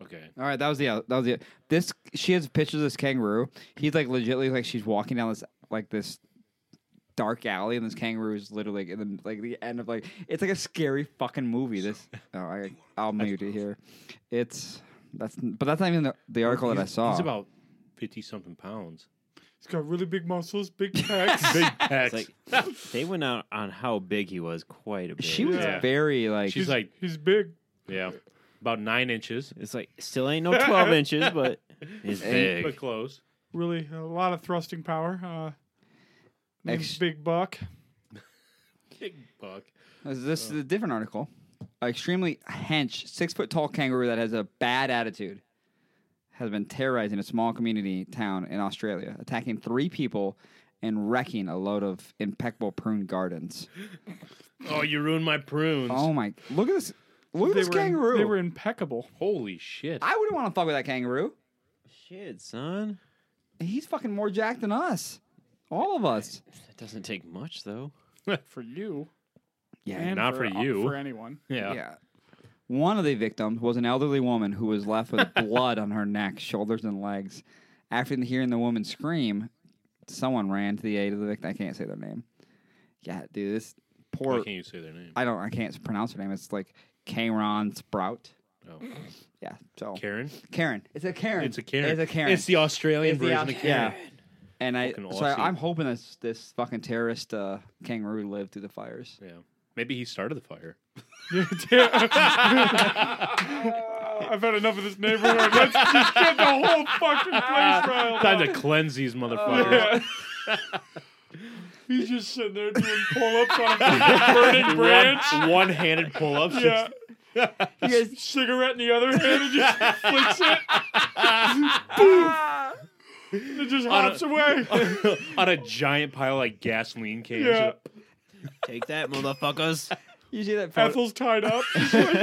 S2: Okay.
S3: All right, that was the uh, that was the this. She has pictures of this kangaroo. He's like legitly like she's walking down this like this dark alley, and this kangaroo is literally like, in the like the end of like it's like a scary fucking
S2: [LAUGHS]
S3: movie. This oh I I'll mute it here. It's that's but that's not even the, the article that I saw.
S2: He's about fifty something
S3: [LAUGHS]
S2: pounds.
S1: He's got really big muscles, big pecs.
S2: Big pecs.
S4: It's like they went out on how big he was quite a bit.
S3: she was
S2: Yeah.
S3: very like
S2: She's like,
S1: He's big.
S2: yeah, about nine inches,
S4: It's like still ain't no
S1: [LAUGHS]
S4: twelve inches, but it's
S2: but
S4: big.
S2: close.
S1: Really, a lot of thrusting power. Uh, name's
S3: Ex-
S1: Big Buck.
S2: Big buck.
S3: This this
S1: Oh.
S3: is a different article. An extremely hench, six foot tall kangaroo that has a bad attitude has been terrorizing a small community town in Australia, attacking three people and wrecking a load of impeccable prune gardens.
S2: Oh, you ruined my prunes.
S3: Oh my! Look at this! Look at
S1: They
S3: this
S1: were,
S3: kangaroo!
S1: they were impeccable. [LAUGHS]
S2: Holy shit.
S3: I wouldn't want to fuck with that kangaroo.
S4: Shit, son.
S3: He's fucking more jacked than us, all of us.
S4: That doesn't take much, though.
S1: For you.
S3: Yeah,
S1: and
S2: not for you.
S1: For anyone.
S2: yeah.
S3: Yeah. One of the victims was an elderly woman who was
S2: [LAUGHS]
S3: left with blood on her neck, shoulders, and legs. After hearing the woman scream, someone ran to the aid of the victim. I can't say their name. Yeah, dude, this
S2: Why
S3: poor.
S2: can't you say their name?
S3: I don't. I can't pronounce her name. It's like Karen Sprout.
S2: Oh.
S3: Yeah. So Karen.
S2: Karen?
S3: It's a Karen.
S2: It's a Karen.
S3: It's a Karen.
S2: It's the Australian
S3: It's the
S2: version
S3: Aus-
S2: of Karen.
S3: and I.
S2: fucking
S3: So
S2: Aussie.
S3: I, I'm hoping this this fucking terrorist uh, kangaroo lived through the fires.
S2: Yeah. Maybe he started the fire.
S1: I've had enough of this neighborhood. Let's just get the whole fucking place riled
S2: Time to
S1: up.
S2: cleanse these motherfuckers.
S1: [LAUGHS] He's just sitting there doing pull-ups on
S3: Oh.
S2: [LAUGHS]
S1: a burning branch.
S2: One handed pull ups. [LAUGHS]
S1: Yeah.
S3: You guys,
S1: Cigarette in the other hand and just flicks it. Boom. It just hops away.
S2: [LAUGHS] on a giant pile of like gasoline cans.
S1: Yeah.
S4: Take that, motherfuckers.
S3: you see that photo?
S1: Ethel's tied up. She's like- goes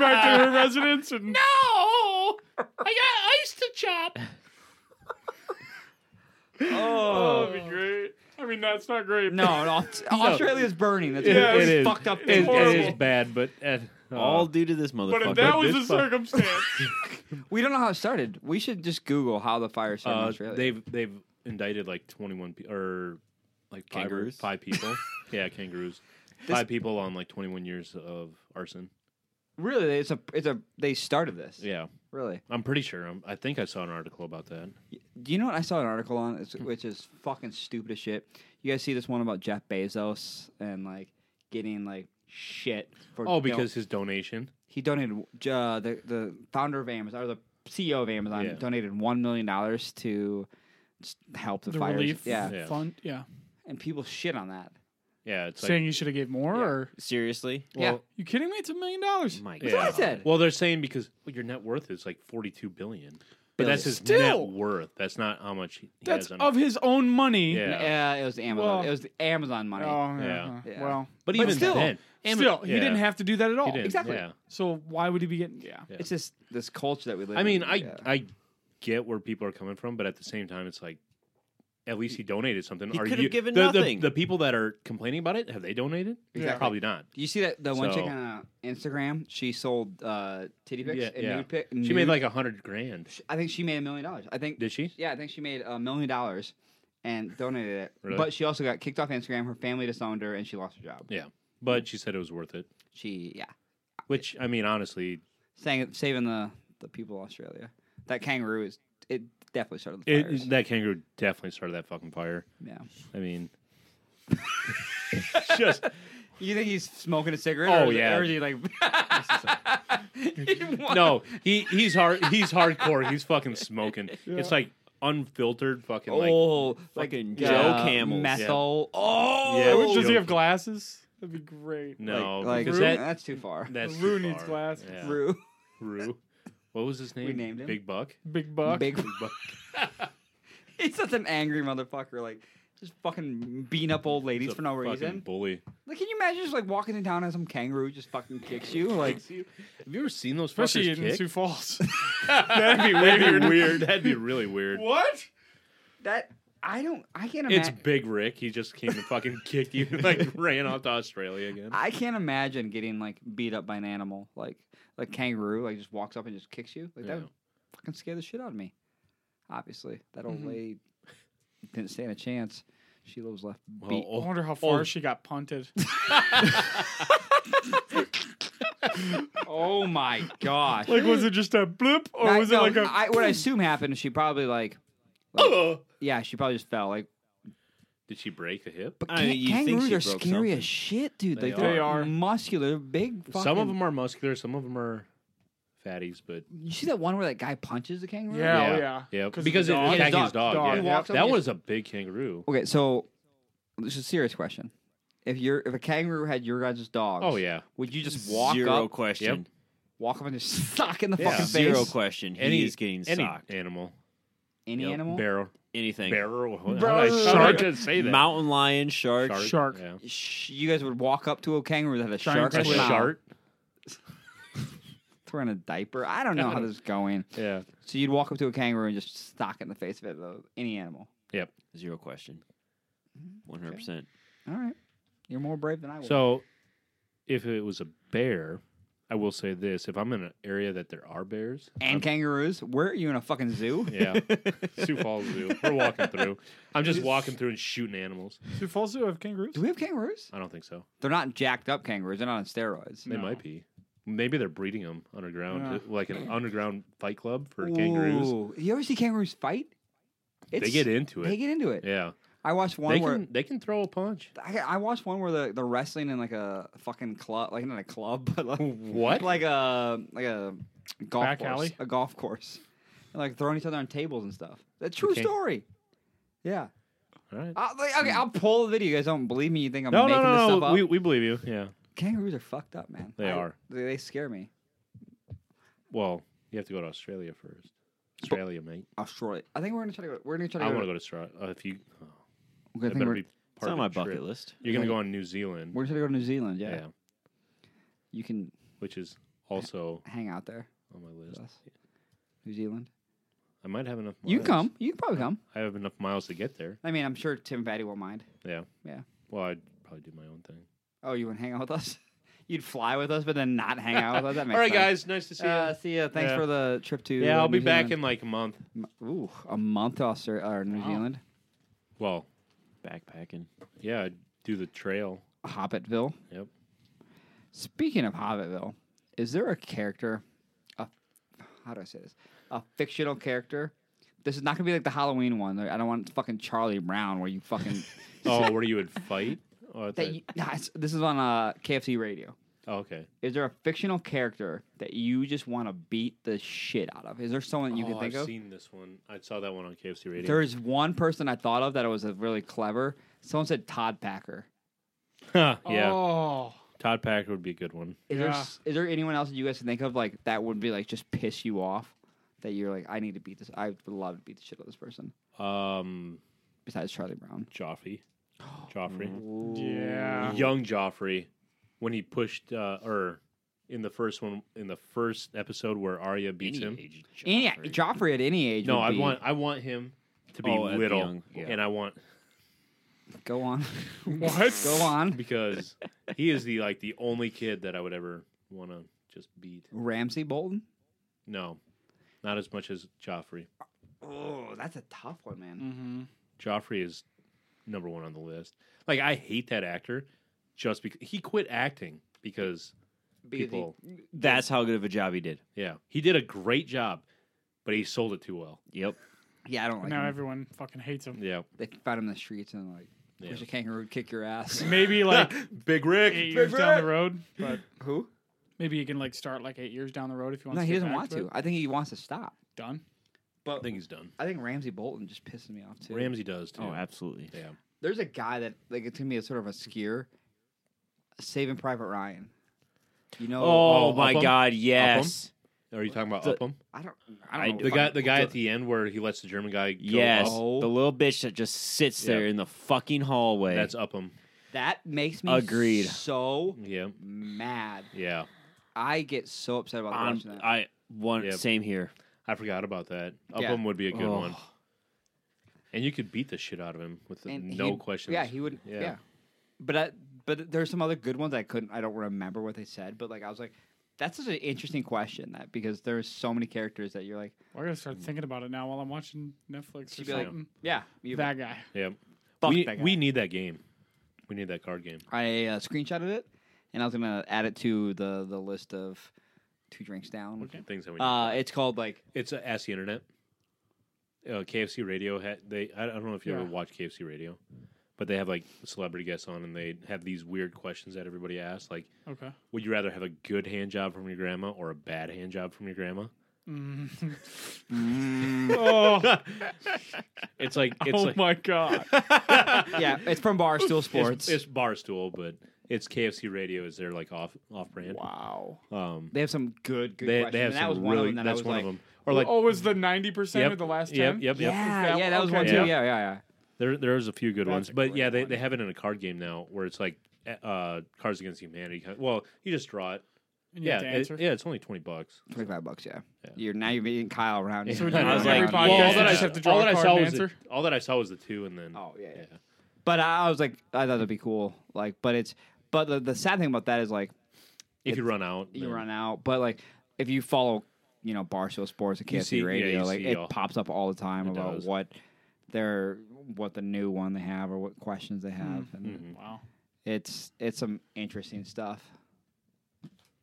S1: back to her residence and
S2: Oh, I got ice to chop.
S1: oh, that'd be great. I mean, that's not great.
S3: No,
S2: [LAUGHS]
S3: no, Aust- Australia's burning. That's
S1: Yeah,
S3: it's
S1: it
S2: is.
S3: fucked up.
S2: It,
S3: thing.
S2: it
S1: horrible.
S2: is bad, but uh,
S4: [LAUGHS] All
S2: uh,
S4: due to this motherfucker.
S1: But if that was the
S2: this fuck-
S1: circumstance,
S3: We don't know how it started. We should just Google how the fire started in
S2: uh,
S3: Australia.
S2: they've they've indicted like twenty one pe- or like five or-
S4: Kangaroos?
S2: five people. yeah, kangaroos. Five people on like twenty one years of arson.
S3: really, it's a, it's a. They started this.
S2: Yeah,
S3: Really.
S2: I'm pretty sure. Um, i I think I saw an article about that.
S3: Do you know what I saw an article on, it's- which is fucking stupid as shit. You guys see this one about Jeff Bezos and like getting like shit for
S2: Oh,
S3: don-
S2: because his donation.
S3: he donated uh, the the founder of Amazon or the CEO of Amazon
S2: Yeah.
S3: donated one million dollars to s- help
S1: [LAUGHS]
S3: the,
S1: the
S3: fires.
S1: relief
S3: Yeah.
S2: Yeah.
S1: fund, yeah.
S3: and people shit on that.
S2: Yeah, it's like
S1: Saying you should have gave more, or
S4: Seriously?
S3: yeah,
S1: you kidding me? It's a million dollars.
S4: My
S2: yeah.
S3: what I said.
S2: Well, they're saying because well, your net worth is like forty two billion, but that's his
S1: Still.
S2: net worth. That's not how much he he
S1: That's
S2: has on
S1: of his own money.
S2: Yeah.
S3: Yeah, it was Amazon.
S1: Well-
S3: it was the Amazon
S1: Oh, yeah.
S3: money.
S2: Yeah.
S1: huh.
S3: Yeah.
S1: Well,
S2: But
S3: But
S2: even
S3: still-
S2: then, Ama-
S1: still, he
S2: yeah.
S1: didn't have to do that at all.
S2: He didn't,
S3: Exactly.
S2: Yeah.
S1: So why would he be getting? Yeah.
S2: Yeah.
S3: It's just this culture that we live.
S2: I mean,
S3: in.
S2: I
S3: Yeah.
S2: I get where people are coming from, but at the same time, it's like at least he donated something.
S4: He
S2: Are
S4: could've
S2: you-
S4: given
S2: the, the-
S4: nothing.
S2: The, people that are complaining about it have they donated?
S1: Exactly.
S2: Probably not.
S3: you see that the one
S2: So-
S3: chick on uh, Instagram? She sold uh, titty pics
S2: Yeah,
S3: and
S2: yeah.
S3: nude pic.
S2: She made like a hundred grand.
S3: I think she made a million dollars. I think
S2: Did she?
S3: Yeah, I think she made a million dollars and donated it.
S2: Really?
S3: But she also got kicked off Instagram. Her family disowned her, and she lost her job.
S2: Yeah, but she said it was worth it.
S3: She yeah,
S2: Which I mean, honestly,
S3: Sang, saving the the people of Australia. That kangaroo is it definitely started the fires.
S2: it, that kangaroo definitely started that fucking fire.
S3: yeah.
S2: I mean, [LAUGHS] just
S3: You think he's smoking a cigarette?
S2: Oh,
S3: or is it-
S2: yeah.
S3: Or is he like? [LAUGHS]
S2: [LAUGHS]
S3: He wa-
S2: no. He he's hard. He's hardcore. He's fucking smoking. It's like unfiltered fucking like
S3: Oh,
S4: fucking
S3: yeah,
S4: Joe Camels.
S3: Methyl. Oh,
S2: Yeah,
S1: I wish- does he
S2: Joe-
S1: have glasses? That'd be great.
S2: no
S3: like
S2: because
S3: Rue-
S2: that
S3: that's too far.
S2: that's too
S1: Rue needs
S2: far.
S1: glasses.
S2: Yeah.
S3: Rue,
S2: Rue. What was his name?
S3: named him.
S2: Big Buck.
S1: Big buck.
S3: [LAUGHS] big.
S2: Big Buck.
S3: He's such an angry motherfucker. Like just fucking beating up old ladies
S2: He's a
S3: for no
S2: fucking
S3: reason.
S2: Bully.
S3: Like, can you imagine just like walking in town and some kangaroo just fucking kicks you? Like,
S2: Have you ever seen those
S1: Especially
S2: fuckers
S1: in
S2: kick? [LAUGHS]
S1: Sioux Falls.
S2: That'd be weird. That'd be weird. That'd be really weird.
S1: what?
S3: that I don't, I can't
S2: It's
S3: imagine.
S2: Big Rick. He just came and fucking kicked you [LAUGHS] and like ran off to Australia again.
S3: I can't imagine getting like beat up by an animal like like kangaroo like just walks up and just kicks you. Like
S2: Yeah.
S3: that would fucking scare the shit out of me. Obviously, that old
S1: Mhm.
S3: lady didn't stand a chance. She was left
S2: Well,
S3: beat.
S1: I
S2: oh,
S1: wonder how far
S2: Oh.
S1: she got punted.
S3: Oh my gosh!
S1: Like, was it just a bloop, or
S3: Not-
S1: was
S3: no,
S1: it like a?
S3: I, what I assume happened is she probably like,
S2: oh.
S3: yeah, she probably just fell. Like,
S2: [GASPS] Did she break the hip?
S3: but
S4: I mean,
S3: can-
S4: you'd think
S3: kangaroos
S4: she
S3: are
S4: broke
S3: scary
S4: something.
S3: as shit, dude.
S2: They
S3: like they're
S1: are.
S3: muscular, big. Fucking,
S2: Some of them are muscular. Some of them are fatties. But
S3: You see that one where that guy punches the kangaroo?
S1: Yeah, oh,
S2: Yeah.
S1: yeah.
S2: yeah,
S1: 'Cause of
S2: because
S1: the
S2: it
S1: dog.
S2: attacking
S3: His
S2: his dog.
S3: dog-
S1: dog,
S2: yeah.
S3: walks up
S2: that
S3: and
S2: was a big kangaroo.
S3: Okay, so this is a serious question. If you're if a kangaroo had your guys' dogs,
S2: Oh yeah,
S3: would you just walk
S4: Zero
S3: up,
S4: question.
S2: Yep.
S3: walk up and just [LAUGHS] sock in the
S2: Yeah.
S3: fucking face?
S4: Zero question. He is getting
S2: any
S4: socked.
S2: animal.
S3: Any
S4: Yep.
S3: animal?
S2: Barrel.
S4: Anything.
S2: Barrel. How did I
S1: Barrel.
S2: start to say that?
S4: Mountain lion, shark.
S2: Shark.
S1: Shark.
S2: Yeah.
S3: Sh- you guys would walk up to a kangaroo that had a
S1: Giant
S3: shark.
S2: A
S3: in its mouth.
S2: shark.
S3: It's wearing a diaper. I don't know how this is going.
S2: Yeah.
S3: So you'd walk up to a kangaroo and just stock it in the face of it, though. Any animal.
S2: Yep.
S4: Zero question.
S3: Mm-hmm.
S4: 100%.
S3: All right. You're more brave than I was.
S2: So, if it was a bear, I will say this: if I'm in an area that there are bears,
S3: and kangaroos? Where are you in a fucking zoo?
S2: uh, [LAUGHS] yeah, Sioux Falls Zoo, we're walking through. I'm just walking through and shooting animals.
S1: Do Falls Zoo have kangaroos?
S3: Do we have kangaroos?
S2: I don't think so.
S3: They're not jacked up kangaroos. They're not on steroids.
S2: They
S1: No.
S2: might be. Maybe they're breeding them underground, uh,
S1: Yeah.
S2: like an underground fight club for kangaroos.
S3: Ooh. You ever see kangaroos fight?
S2: They get into it.
S3: They get into it.
S2: yeah,
S3: I watched one
S2: they
S3: where
S2: can. They can throw a punch.
S3: I, I watched one where the, the wrestling in like a fucking club, like not a club, [LAUGHS] but like
S2: What?
S3: like a like a golf
S1: Back
S3: course,
S1: alley?
S3: a golf course, [LAUGHS] and like throwing each other on tables and stuff. That's a true
S2: Okay.
S3: story. Yeah.
S2: All right.
S3: I'll, like, okay, I'll pull the video. You guys don't believe me? You think I'm
S2: No,
S3: making
S2: no,
S3: this
S2: no,
S3: stuff
S2: no.
S3: up?
S2: We, we believe you. Yeah.
S3: Kangaroos are fucked up, man.
S2: They
S3: I-
S2: are.
S3: They, they scare me.
S2: Well, you have to go to Australia first. Australia, mate.
S3: Australia. I think we're gonna try to go. We're gonna try to
S2: I
S3: go.
S2: want to go to Australia. Uh, if you, oh,
S3: I
S2: that
S3: think
S2: better
S3: we're,
S2: be
S4: It's
S2: part of
S4: on my
S2: the trip.
S4: bucket list.
S2: You're gonna go on New Zealand.
S3: we're gonna go to New Zealand. Yeah.
S2: yeah.
S3: You can
S2: which is also
S3: hang out there
S2: on my
S3: with
S2: list.
S3: us. New Zealand.
S2: I might have enough. Miles.
S3: You come. You can probably come.
S2: I have enough miles to get there.
S3: I mean, I'm sure Tim Fatty won't mind.
S2: Yeah.
S3: Yeah.
S2: Well, I'd probably do my own thing.
S3: Oh, you wouldn't hang out with us? [LAUGHS] You'd fly with us, but then not hang out with
S2: [LAUGHS]
S3: us? That makes
S2: All right,
S3: sense.
S2: guys. Nice to see you.
S3: Uh, see ya. Thanks
S2: Yeah.
S3: for the trip to.
S2: yeah,
S3: uh,
S2: I'll be
S3: New
S2: back
S3: Zealand.
S2: in like a month.
S3: in ooh a month to Australia or New Zealand,
S2: Well,
S4: Backpacking.
S2: yeah, I'd do the trail.
S3: Hobbitville.
S2: [LAUGHS] Yep.
S3: Speaking of Hobbitville, is there a character? A, how do I say this? A fictional character. This is not gonna be like the Halloween one. Like, I don't want fucking Charlie Brown where
S2: [LAUGHS]
S3: you fucking.
S2: Oh, where you would fight? Oh, I
S3: that
S2: thought-
S3: you, nah, it's- this is on uh, KFC radio.
S2: oh, okay.
S3: Is there a fictional character that you just want to beat the shit out of? Is there someone that you can
S2: Oh,
S3: think
S2: I've
S3: of?
S2: seen this one. I saw that one on KFC Radio.
S3: There is one person I thought of that was a really clever. Someone said Todd Packer.
S2: Huh, [LAUGHS] [LAUGHS] yeah,
S1: Oh.
S2: Todd Packer would be a good one.
S3: Is there
S1: Yeah.
S3: s- is there anyone else that you guys can think of like that would be like just piss you off that you're like I need to beat this I would love to beat the shit out of this person
S2: Um,
S3: besides Charlie Brown. [GASPS]
S2: Joffrey, Joffrey.
S1: Yeah.
S2: young Joffrey when he pushed uh or in the first one in the first episode where Arya beats him.
S3: Any Joffrey at any age.
S2: No,
S3: would
S2: I
S3: be-
S2: want I want him to be
S4: Oh, at the
S2: little
S4: young- yeah.
S2: and I want
S3: go on,
S1: What?
S3: go on.
S2: because he is the like the only kid that I would ever want to just beat.
S3: Ramsey Bolton.
S2: No. Not as much as Joffrey.
S3: Oh, that's a tough one, man.
S2: Mm.
S1: Mm-hmm.
S2: Joffrey is number 1 on the list. Like I hate that actor just because he quit acting because
S3: Because he-
S2: people
S4: That's how good of a job he did.
S2: yeah, he did a great job, but he sold it too well.
S4: Yep.
S3: yeah, I don't like.
S1: now
S3: him.
S1: everyone fucking hates him.
S2: Yeah.
S3: they found him in the streets and like
S2: Yeah.
S3: wish a kangaroo would kick
S2: [LAUGHS]
S3: your ass.
S1: Maybe like
S2: [LAUGHS] Big Rick.
S1: eight years down the
S2: [LAUGHS]
S1: road, but
S3: Who?
S1: maybe you can like start like eight years down the road if you want.
S3: No,
S1: to
S3: he
S1: get
S3: doesn't
S1: back
S3: want
S1: it.
S3: to. I think he wants to stop.
S1: Done.
S2: I think he's done.
S3: I think Ramsey Bolton just pisses me off too.
S2: Ramsey does too.
S4: Oh, absolutely.
S2: yeah.
S3: There's a guy that like it's gonna be a sort of obscure Saving Private Ryan. You know,
S4: Oh,
S2: Oh,
S4: my
S2: Upham?
S4: God. Yes.
S2: Are you talking about
S4: The-
S2: Upham?
S3: I don't. I
S4: I-
S3: don't know
S2: The guy,
S3: fucking-
S2: the guy at the end where he lets the German guy. Go
S4: Yes.
S2: up,
S3: Oh.
S4: The little bitch that just sits
S2: Yeah.
S4: there in the fucking hallway. [LAUGHS]
S2: that's Upham.
S3: that makes me
S4: Agreed.
S3: so
S2: Yeah,
S3: mad.
S2: yeah.
S3: I get so upset about
S4: on,
S3: watching that.
S4: I one
S2: Yep.
S4: same here.
S2: I forgot about that. Upham
S3: Yeah.
S2: would be a good
S4: Oh.
S2: one, and you could beat the shit out of him with
S3: And
S2: no
S3: he'd-
S2: questions.
S3: Yeah, he would. Yeah,
S2: Yeah.
S3: but I, but there's some other good ones I couldn't. I don't remember what they said, but like I was like, that's such an interesting question that because there's so many characters that you're like,
S1: Well, I gotta
S2: Mm.
S1: start thinking about it now while I'm watching Netflix or
S3: She'd be like,
S1: something.
S3: yeah, you,
S1: that guy.
S2: yeah.
S3: Fuck
S2: we
S3: that guy.
S2: we need that game. We need that card game.
S3: I uh, screenshotted it, and I was gonna add it to the the list of two drinks down.
S2: Things that we. Need.
S3: Uh, it's called
S2: [LAUGHS]
S3: like
S2: it's uh, ask the internet. Uh, KFC Radio had they. I don't know if you ever
S1: Yeah.
S2: watched KFC Radio, but they have like celebrity guests on, and they have these weird questions that everybody asks, like.
S1: Okay.
S2: Would you rather have a good hand job from your grandma or a bad hand job from your grandma?
S1: Mm.
S2: [LAUGHS]
S1: Oh,
S2: It's like it's
S1: oh
S2: like
S3: [LAUGHS]
S1: my god.
S2: [LAUGHS]
S3: yeah, it's from Barstool
S2: it's,
S3: Sports.
S2: it's barstool, but It's KFC Radio is their like off off brand.
S1: Wow.
S2: Um,
S3: They have some good, good
S2: they,
S3: questions.
S2: they have
S3: and that
S2: some
S3: was one
S2: really
S3: of them. That I
S2: that's
S3: was
S2: one
S3: like,
S2: of them. Or like mm.
S1: oh, was the ninety percent
S2: yep,
S1: of the last
S2: yep,
S1: ten?
S2: Yep, yep.
S3: Yeah,
S1: Is that-
S3: yeah, that was one
S1: okay.
S3: too. Yeah,
S2: Yeah.
S3: yeah, yeah.
S2: There, there's a few good
S1: That's
S2: ones,
S1: a
S2: but
S1: great
S2: yeah, they,
S1: one.
S2: they have it in a card game now where it's like uh, Cards Against Humanity. kind- Well, you just draw it.
S1: And you
S2: Yeah,
S1: have to
S2: it-
S1: answer.
S2: yeah, it's only twenty bucks.
S3: Twenty-five bucks. Yeah.
S2: Yeah.
S3: You're now you're beating Kyle around.
S2: [LAUGHS]
S1: So we do
S2: I
S1: it
S4: was
S1: on every
S4: like,
S1: podcast.
S4: well,
S1: you
S4: then I
S1: just
S4: saw-
S1: have to draw
S2: all
S1: a
S2: that I
S1: card
S2: saw
S1: and
S2: was the-
S1: answer.
S2: all that I saw was the two, and then
S3: Oh yeah, yeah.
S2: Yeah.
S3: But I, I was like, I thought that'd be cool. Like, but it's but the, the sad thing about that is like
S2: if you run out,
S3: you
S2: then-
S3: run out. But like if you follow, you know, Barstool Sports and
S2: You
S3: KFC
S2: see- yeah,
S3: Radio,
S2: you
S3: like
S2: see
S3: it
S2: all-
S3: pops up all the time
S2: It
S3: about
S2: does.
S3: what their what the new one they have or what questions they have,
S2: Hmm.
S3: and
S2: Mm-hmm.
S1: Wow.
S3: it's it's some interesting stuff.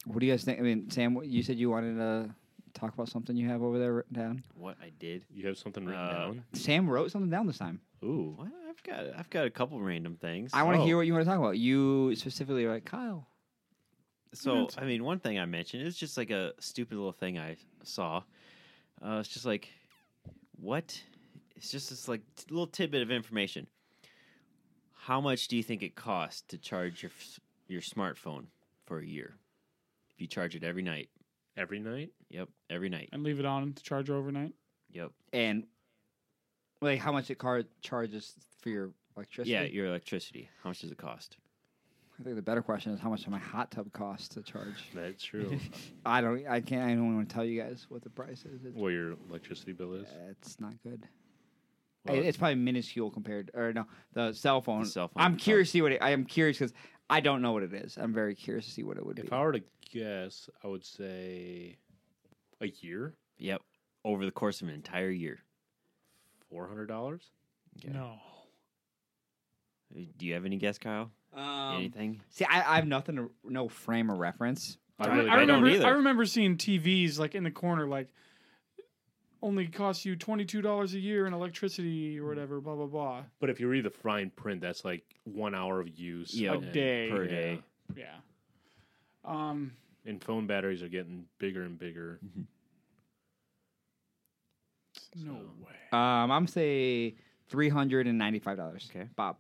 S3: What do you guys think? I mean, Sam, what- you said you wanted to talk about something you have over there written down.
S4: What I did?
S2: You have something written
S4: Uh,
S2: down.
S3: Sam wrote something down this time.
S2: Ooh,
S4: What? I've got I've got a couple random things.
S3: I want to
S2: Oh.
S3: hear what you want to talk about. You specifically, like Kyle.
S4: So I mean, one thing I mentioned is just like a stupid little thing I saw. Uh, it's just like what? It's just this like t- little tidbit of information. How much do you think it costs to charge your f- your smartphone for a year? If you charge it every night,
S2: every night.
S4: yep, every night,
S1: And leave it on to charge overnight.
S4: yep,
S3: and like how much it car charges for your electricity.
S4: yeah, your electricity. How much does it cost?
S3: I think the better question is how much my hot tub costs to charge.
S2: That's
S1: [LAUGHS]
S2: true.
S3: I don't. I can't. I don't want to tell you guys what the price is. It's,
S2: what your electricity bill is?
S3: it's not good.
S2: Well,
S3: It- it's probably minuscule compared, or no, the cell phone.
S4: cell phone
S3: I'm
S4: cost.
S3: curious to see what it, I am curious because I don't know what it is. I'm very curious to see what it would
S2: If
S3: be.
S2: I were to guess, I would say a year,
S4: Yep, over the course of an entire year.
S2: four hundred dollars.
S1: No.
S4: Do you have any guess, Kyle?
S2: Um,
S4: Anything?
S3: see, I, I have nothing, to, no frame of reference.
S2: I
S1: I,
S2: really
S1: I
S2: don't
S1: remember.
S4: either.
S1: I remember seeing TVs like in the corner, like only costs you twenty two dollars a year in electricity or whatever. Blah blah blah.
S2: But if you read the fine print, that's like one hour of use.
S4: Yeah,
S1: A
S2: and-
S1: day.
S4: per
S2: yeah.
S4: day.
S1: Yeah. Um.
S2: And phone batteries are getting bigger and bigger.
S1: No way.
S3: Um, I'm say three hundred and ninety-five dollars.
S4: Okay.
S3: Bob.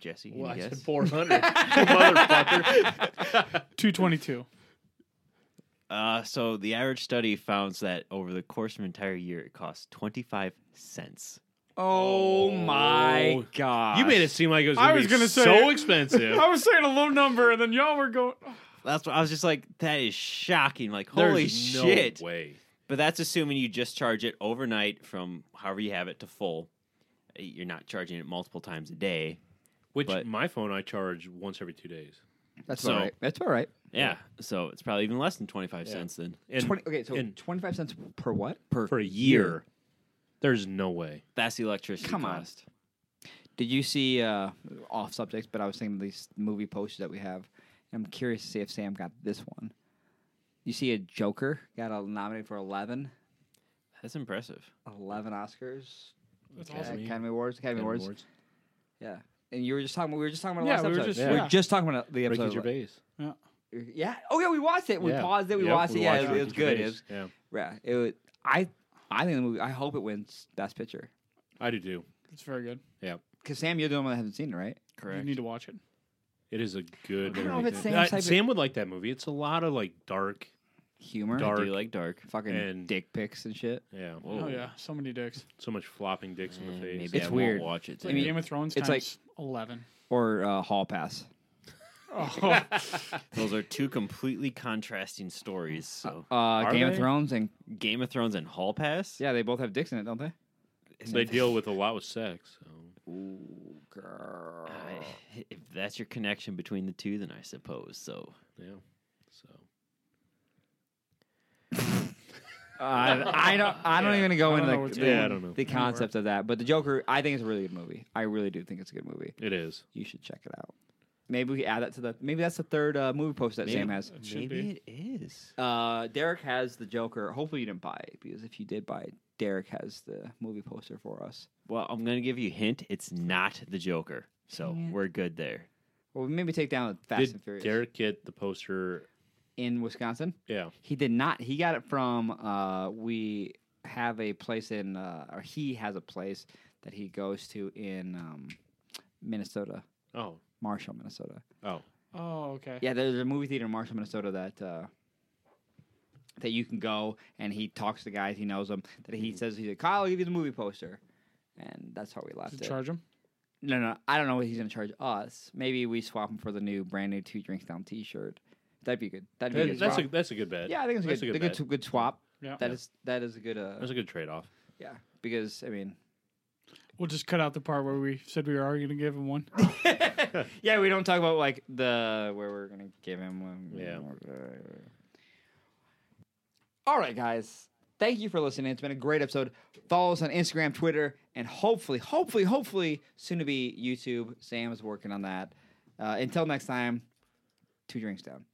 S4: Jesse,
S2: Well,
S4: any
S2: I [LAUGHS] said
S4: guess?
S2: four hundred, motherfucker.
S1: Two twenty two.
S4: Uh, so the average study founds that over the course of an entire year, it costs 25 cents.
S3: Oh, my god!
S2: Oh, You made it seem like it was. Gonna
S1: I was
S2: be
S1: gonna say-
S2: so
S3: [LAUGHS]
S2: expensive.
S1: I was saying a low number, and then y'all were going. oh,
S4: That's what I was just like, that is shocking. Like,
S2: There's
S4: holy
S2: no
S4: shit.
S2: Way.
S4: But that's assuming you just charge it overnight from however you have it to full. Uh, You're not charging it multiple times a day.
S2: Which
S4: But-
S2: my phone I charge once every two days.
S3: That's
S4: So-
S3: all right. That's all right.
S4: Yeah. So it's probably even less than 25 cents then.
S2: And
S3: 20, okay, so
S2: and-
S3: 25 cents per what?
S2: for a year, there's no way.
S4: That's the electricity
S3: Come on.
S4: cost.
S3: Did you see uh, off subjects, but I was thinking of these movie posters that we have. I'm curious to see if Sam got this one. You see a Joker got a, nominated for 11,
S4: That's impressive.
S3: 11 Oscars,
S1: That's
S3: uh,
S1: awesome.
S3: Academy, Awards, Academy, Awards. Yeah. And you were just talking. We were just talking about
S1: Yeah,
S3: the
S1: we
S3: last
S1: were
S3: episode.
S1: just-
S3: we
S1: yeah.
S3: were just talking about the
S2: Ricky
S3: episode.
S2: Gervais.
S3: yeah. Oh yeah, we watched it. We
S2: Yeah.
S3: paused it. We
S2: Yep,
S3: watched it. Yeah, it, was- it was
S2: Ricky
S3: good. It
S2: Gervais.
S3: was,
S2: yeah,
S3: yeah. It was, I I think the movie. I hope it wins Best Picture.
S2: I do too.
S1: It's very good.
S3: Because Sam, you're the only one that hasn't seen it, right?
S1: You need to watch it.
S2: It is a good.
S3: I don't know if it's
S2: Uh,
S3: Sam's type of-
S2: Sam would like that movie. It's a lot of like dark,
S3: Humor.
S4: I
S2: Dark.
S4: do like dark.
S3: fucking
S2: and-
S3: dick pics and shit.
S2: yeah,
S4: Whoa.
S1: Oh yeah, so many dicks.
S2: so much flopping dicks in
S4: Eh,
S2: the face.
S4: Maybe
S3: It's
S4: I
S3: weird.
S4: won't watch it.
S1: It's like
S4: then.
S1: Game of Thrones
S3: it's
S1: times
S3: like-
S1: eleven.
S3: Or uh, hall pass.
S1: Oh,
S4: Those are two completely contrasting stories. So
S3: Uh, Game of
S2: they?
S3: Thrones and
S4: Game of Thrones and Hall Pass.
S3: yeah, they both have dicks in it, don't they?
S2: They deal with a lot with sex. So.
S3: Ooh, girl.
S4: I- [LAUGHS] if that's your connection between the two, then I suppose so.
S2: Yeah. So
S3: I, I don't. I don't
S2: Yeah.
S3: even go
S1: I don't know
S3: into
S1: what's
S3: the,
S1: going
S2: Yeah, I on. don't know.
S3: the concept of that. But the Joker, I think it's a really good movie. I really do think it's a good movie.
S2: it is.
S3: You should check it out. Maybe we add that to the. Maybe that's the third uh, movie post that Sam has.
S1: it should
S4: Maybe
S1: be.
S4: it is.
S3: Uh, Derek has the Joker. Hopefully you didn't buy it because if you did buy it, Derek has the movie poster for us.
S4: Well, I'm gonna give you a hint. It's not the Joker, so we're good there.
S3: Well, maybe take down Fast and
S2: Did
S3: Furious
S2: Derek get the poster?
S3: in Wisconsin.
S2: Yeah.
S3: He did not. He got it from uh we have a place in uh or he has a place that he goes to in um Minnesota,
S2: Oh.
S3: Marshall, Minnesota.
S2: Oh.
S1: [LAUGHS]
S3: [LAUGHS]
S1: Oh, okay.
S3: Yeah, there's a movie theater in Marshall, Minnesota that uh, that you can go and he talks to guys, he knows them. That
S2: Mm-hmm.
S3: he says he's like, Kyle, I'll give you the movie poster, and that's how we left
S1: Does
S3: it.
S1: it charge him?
S3: no, no, I don't know what he's gonna charge us. Maybe we swap him for the new brand new two drinks down T-shirt. That'd be good. That'd be a good.
S2: That's a
S3: swap.
S2: that's a good bet.
S3: yeah, I think it's a
S2: that's
S3: good, a good,
S2: bet.
S3: good swap.
S1: Yeah.
S3: That is that is a good. Uh,
S2: That's a good trade off.
S3: yeah, because I mean,
S1: We'll just cut out the part where we said we were arguing to give him one.
S3: yeah, we don't talk about like the where we're gonna give him. um,
S2: Yeah.
S3: uh, All right, guys. Thank you for listening. It's been a great episode. Follow us on Instagram, Twitter, and hopefully, hopefully, hopefully, soon to be YouTube. Sam's working on that. Uh, until next time, two drinks down.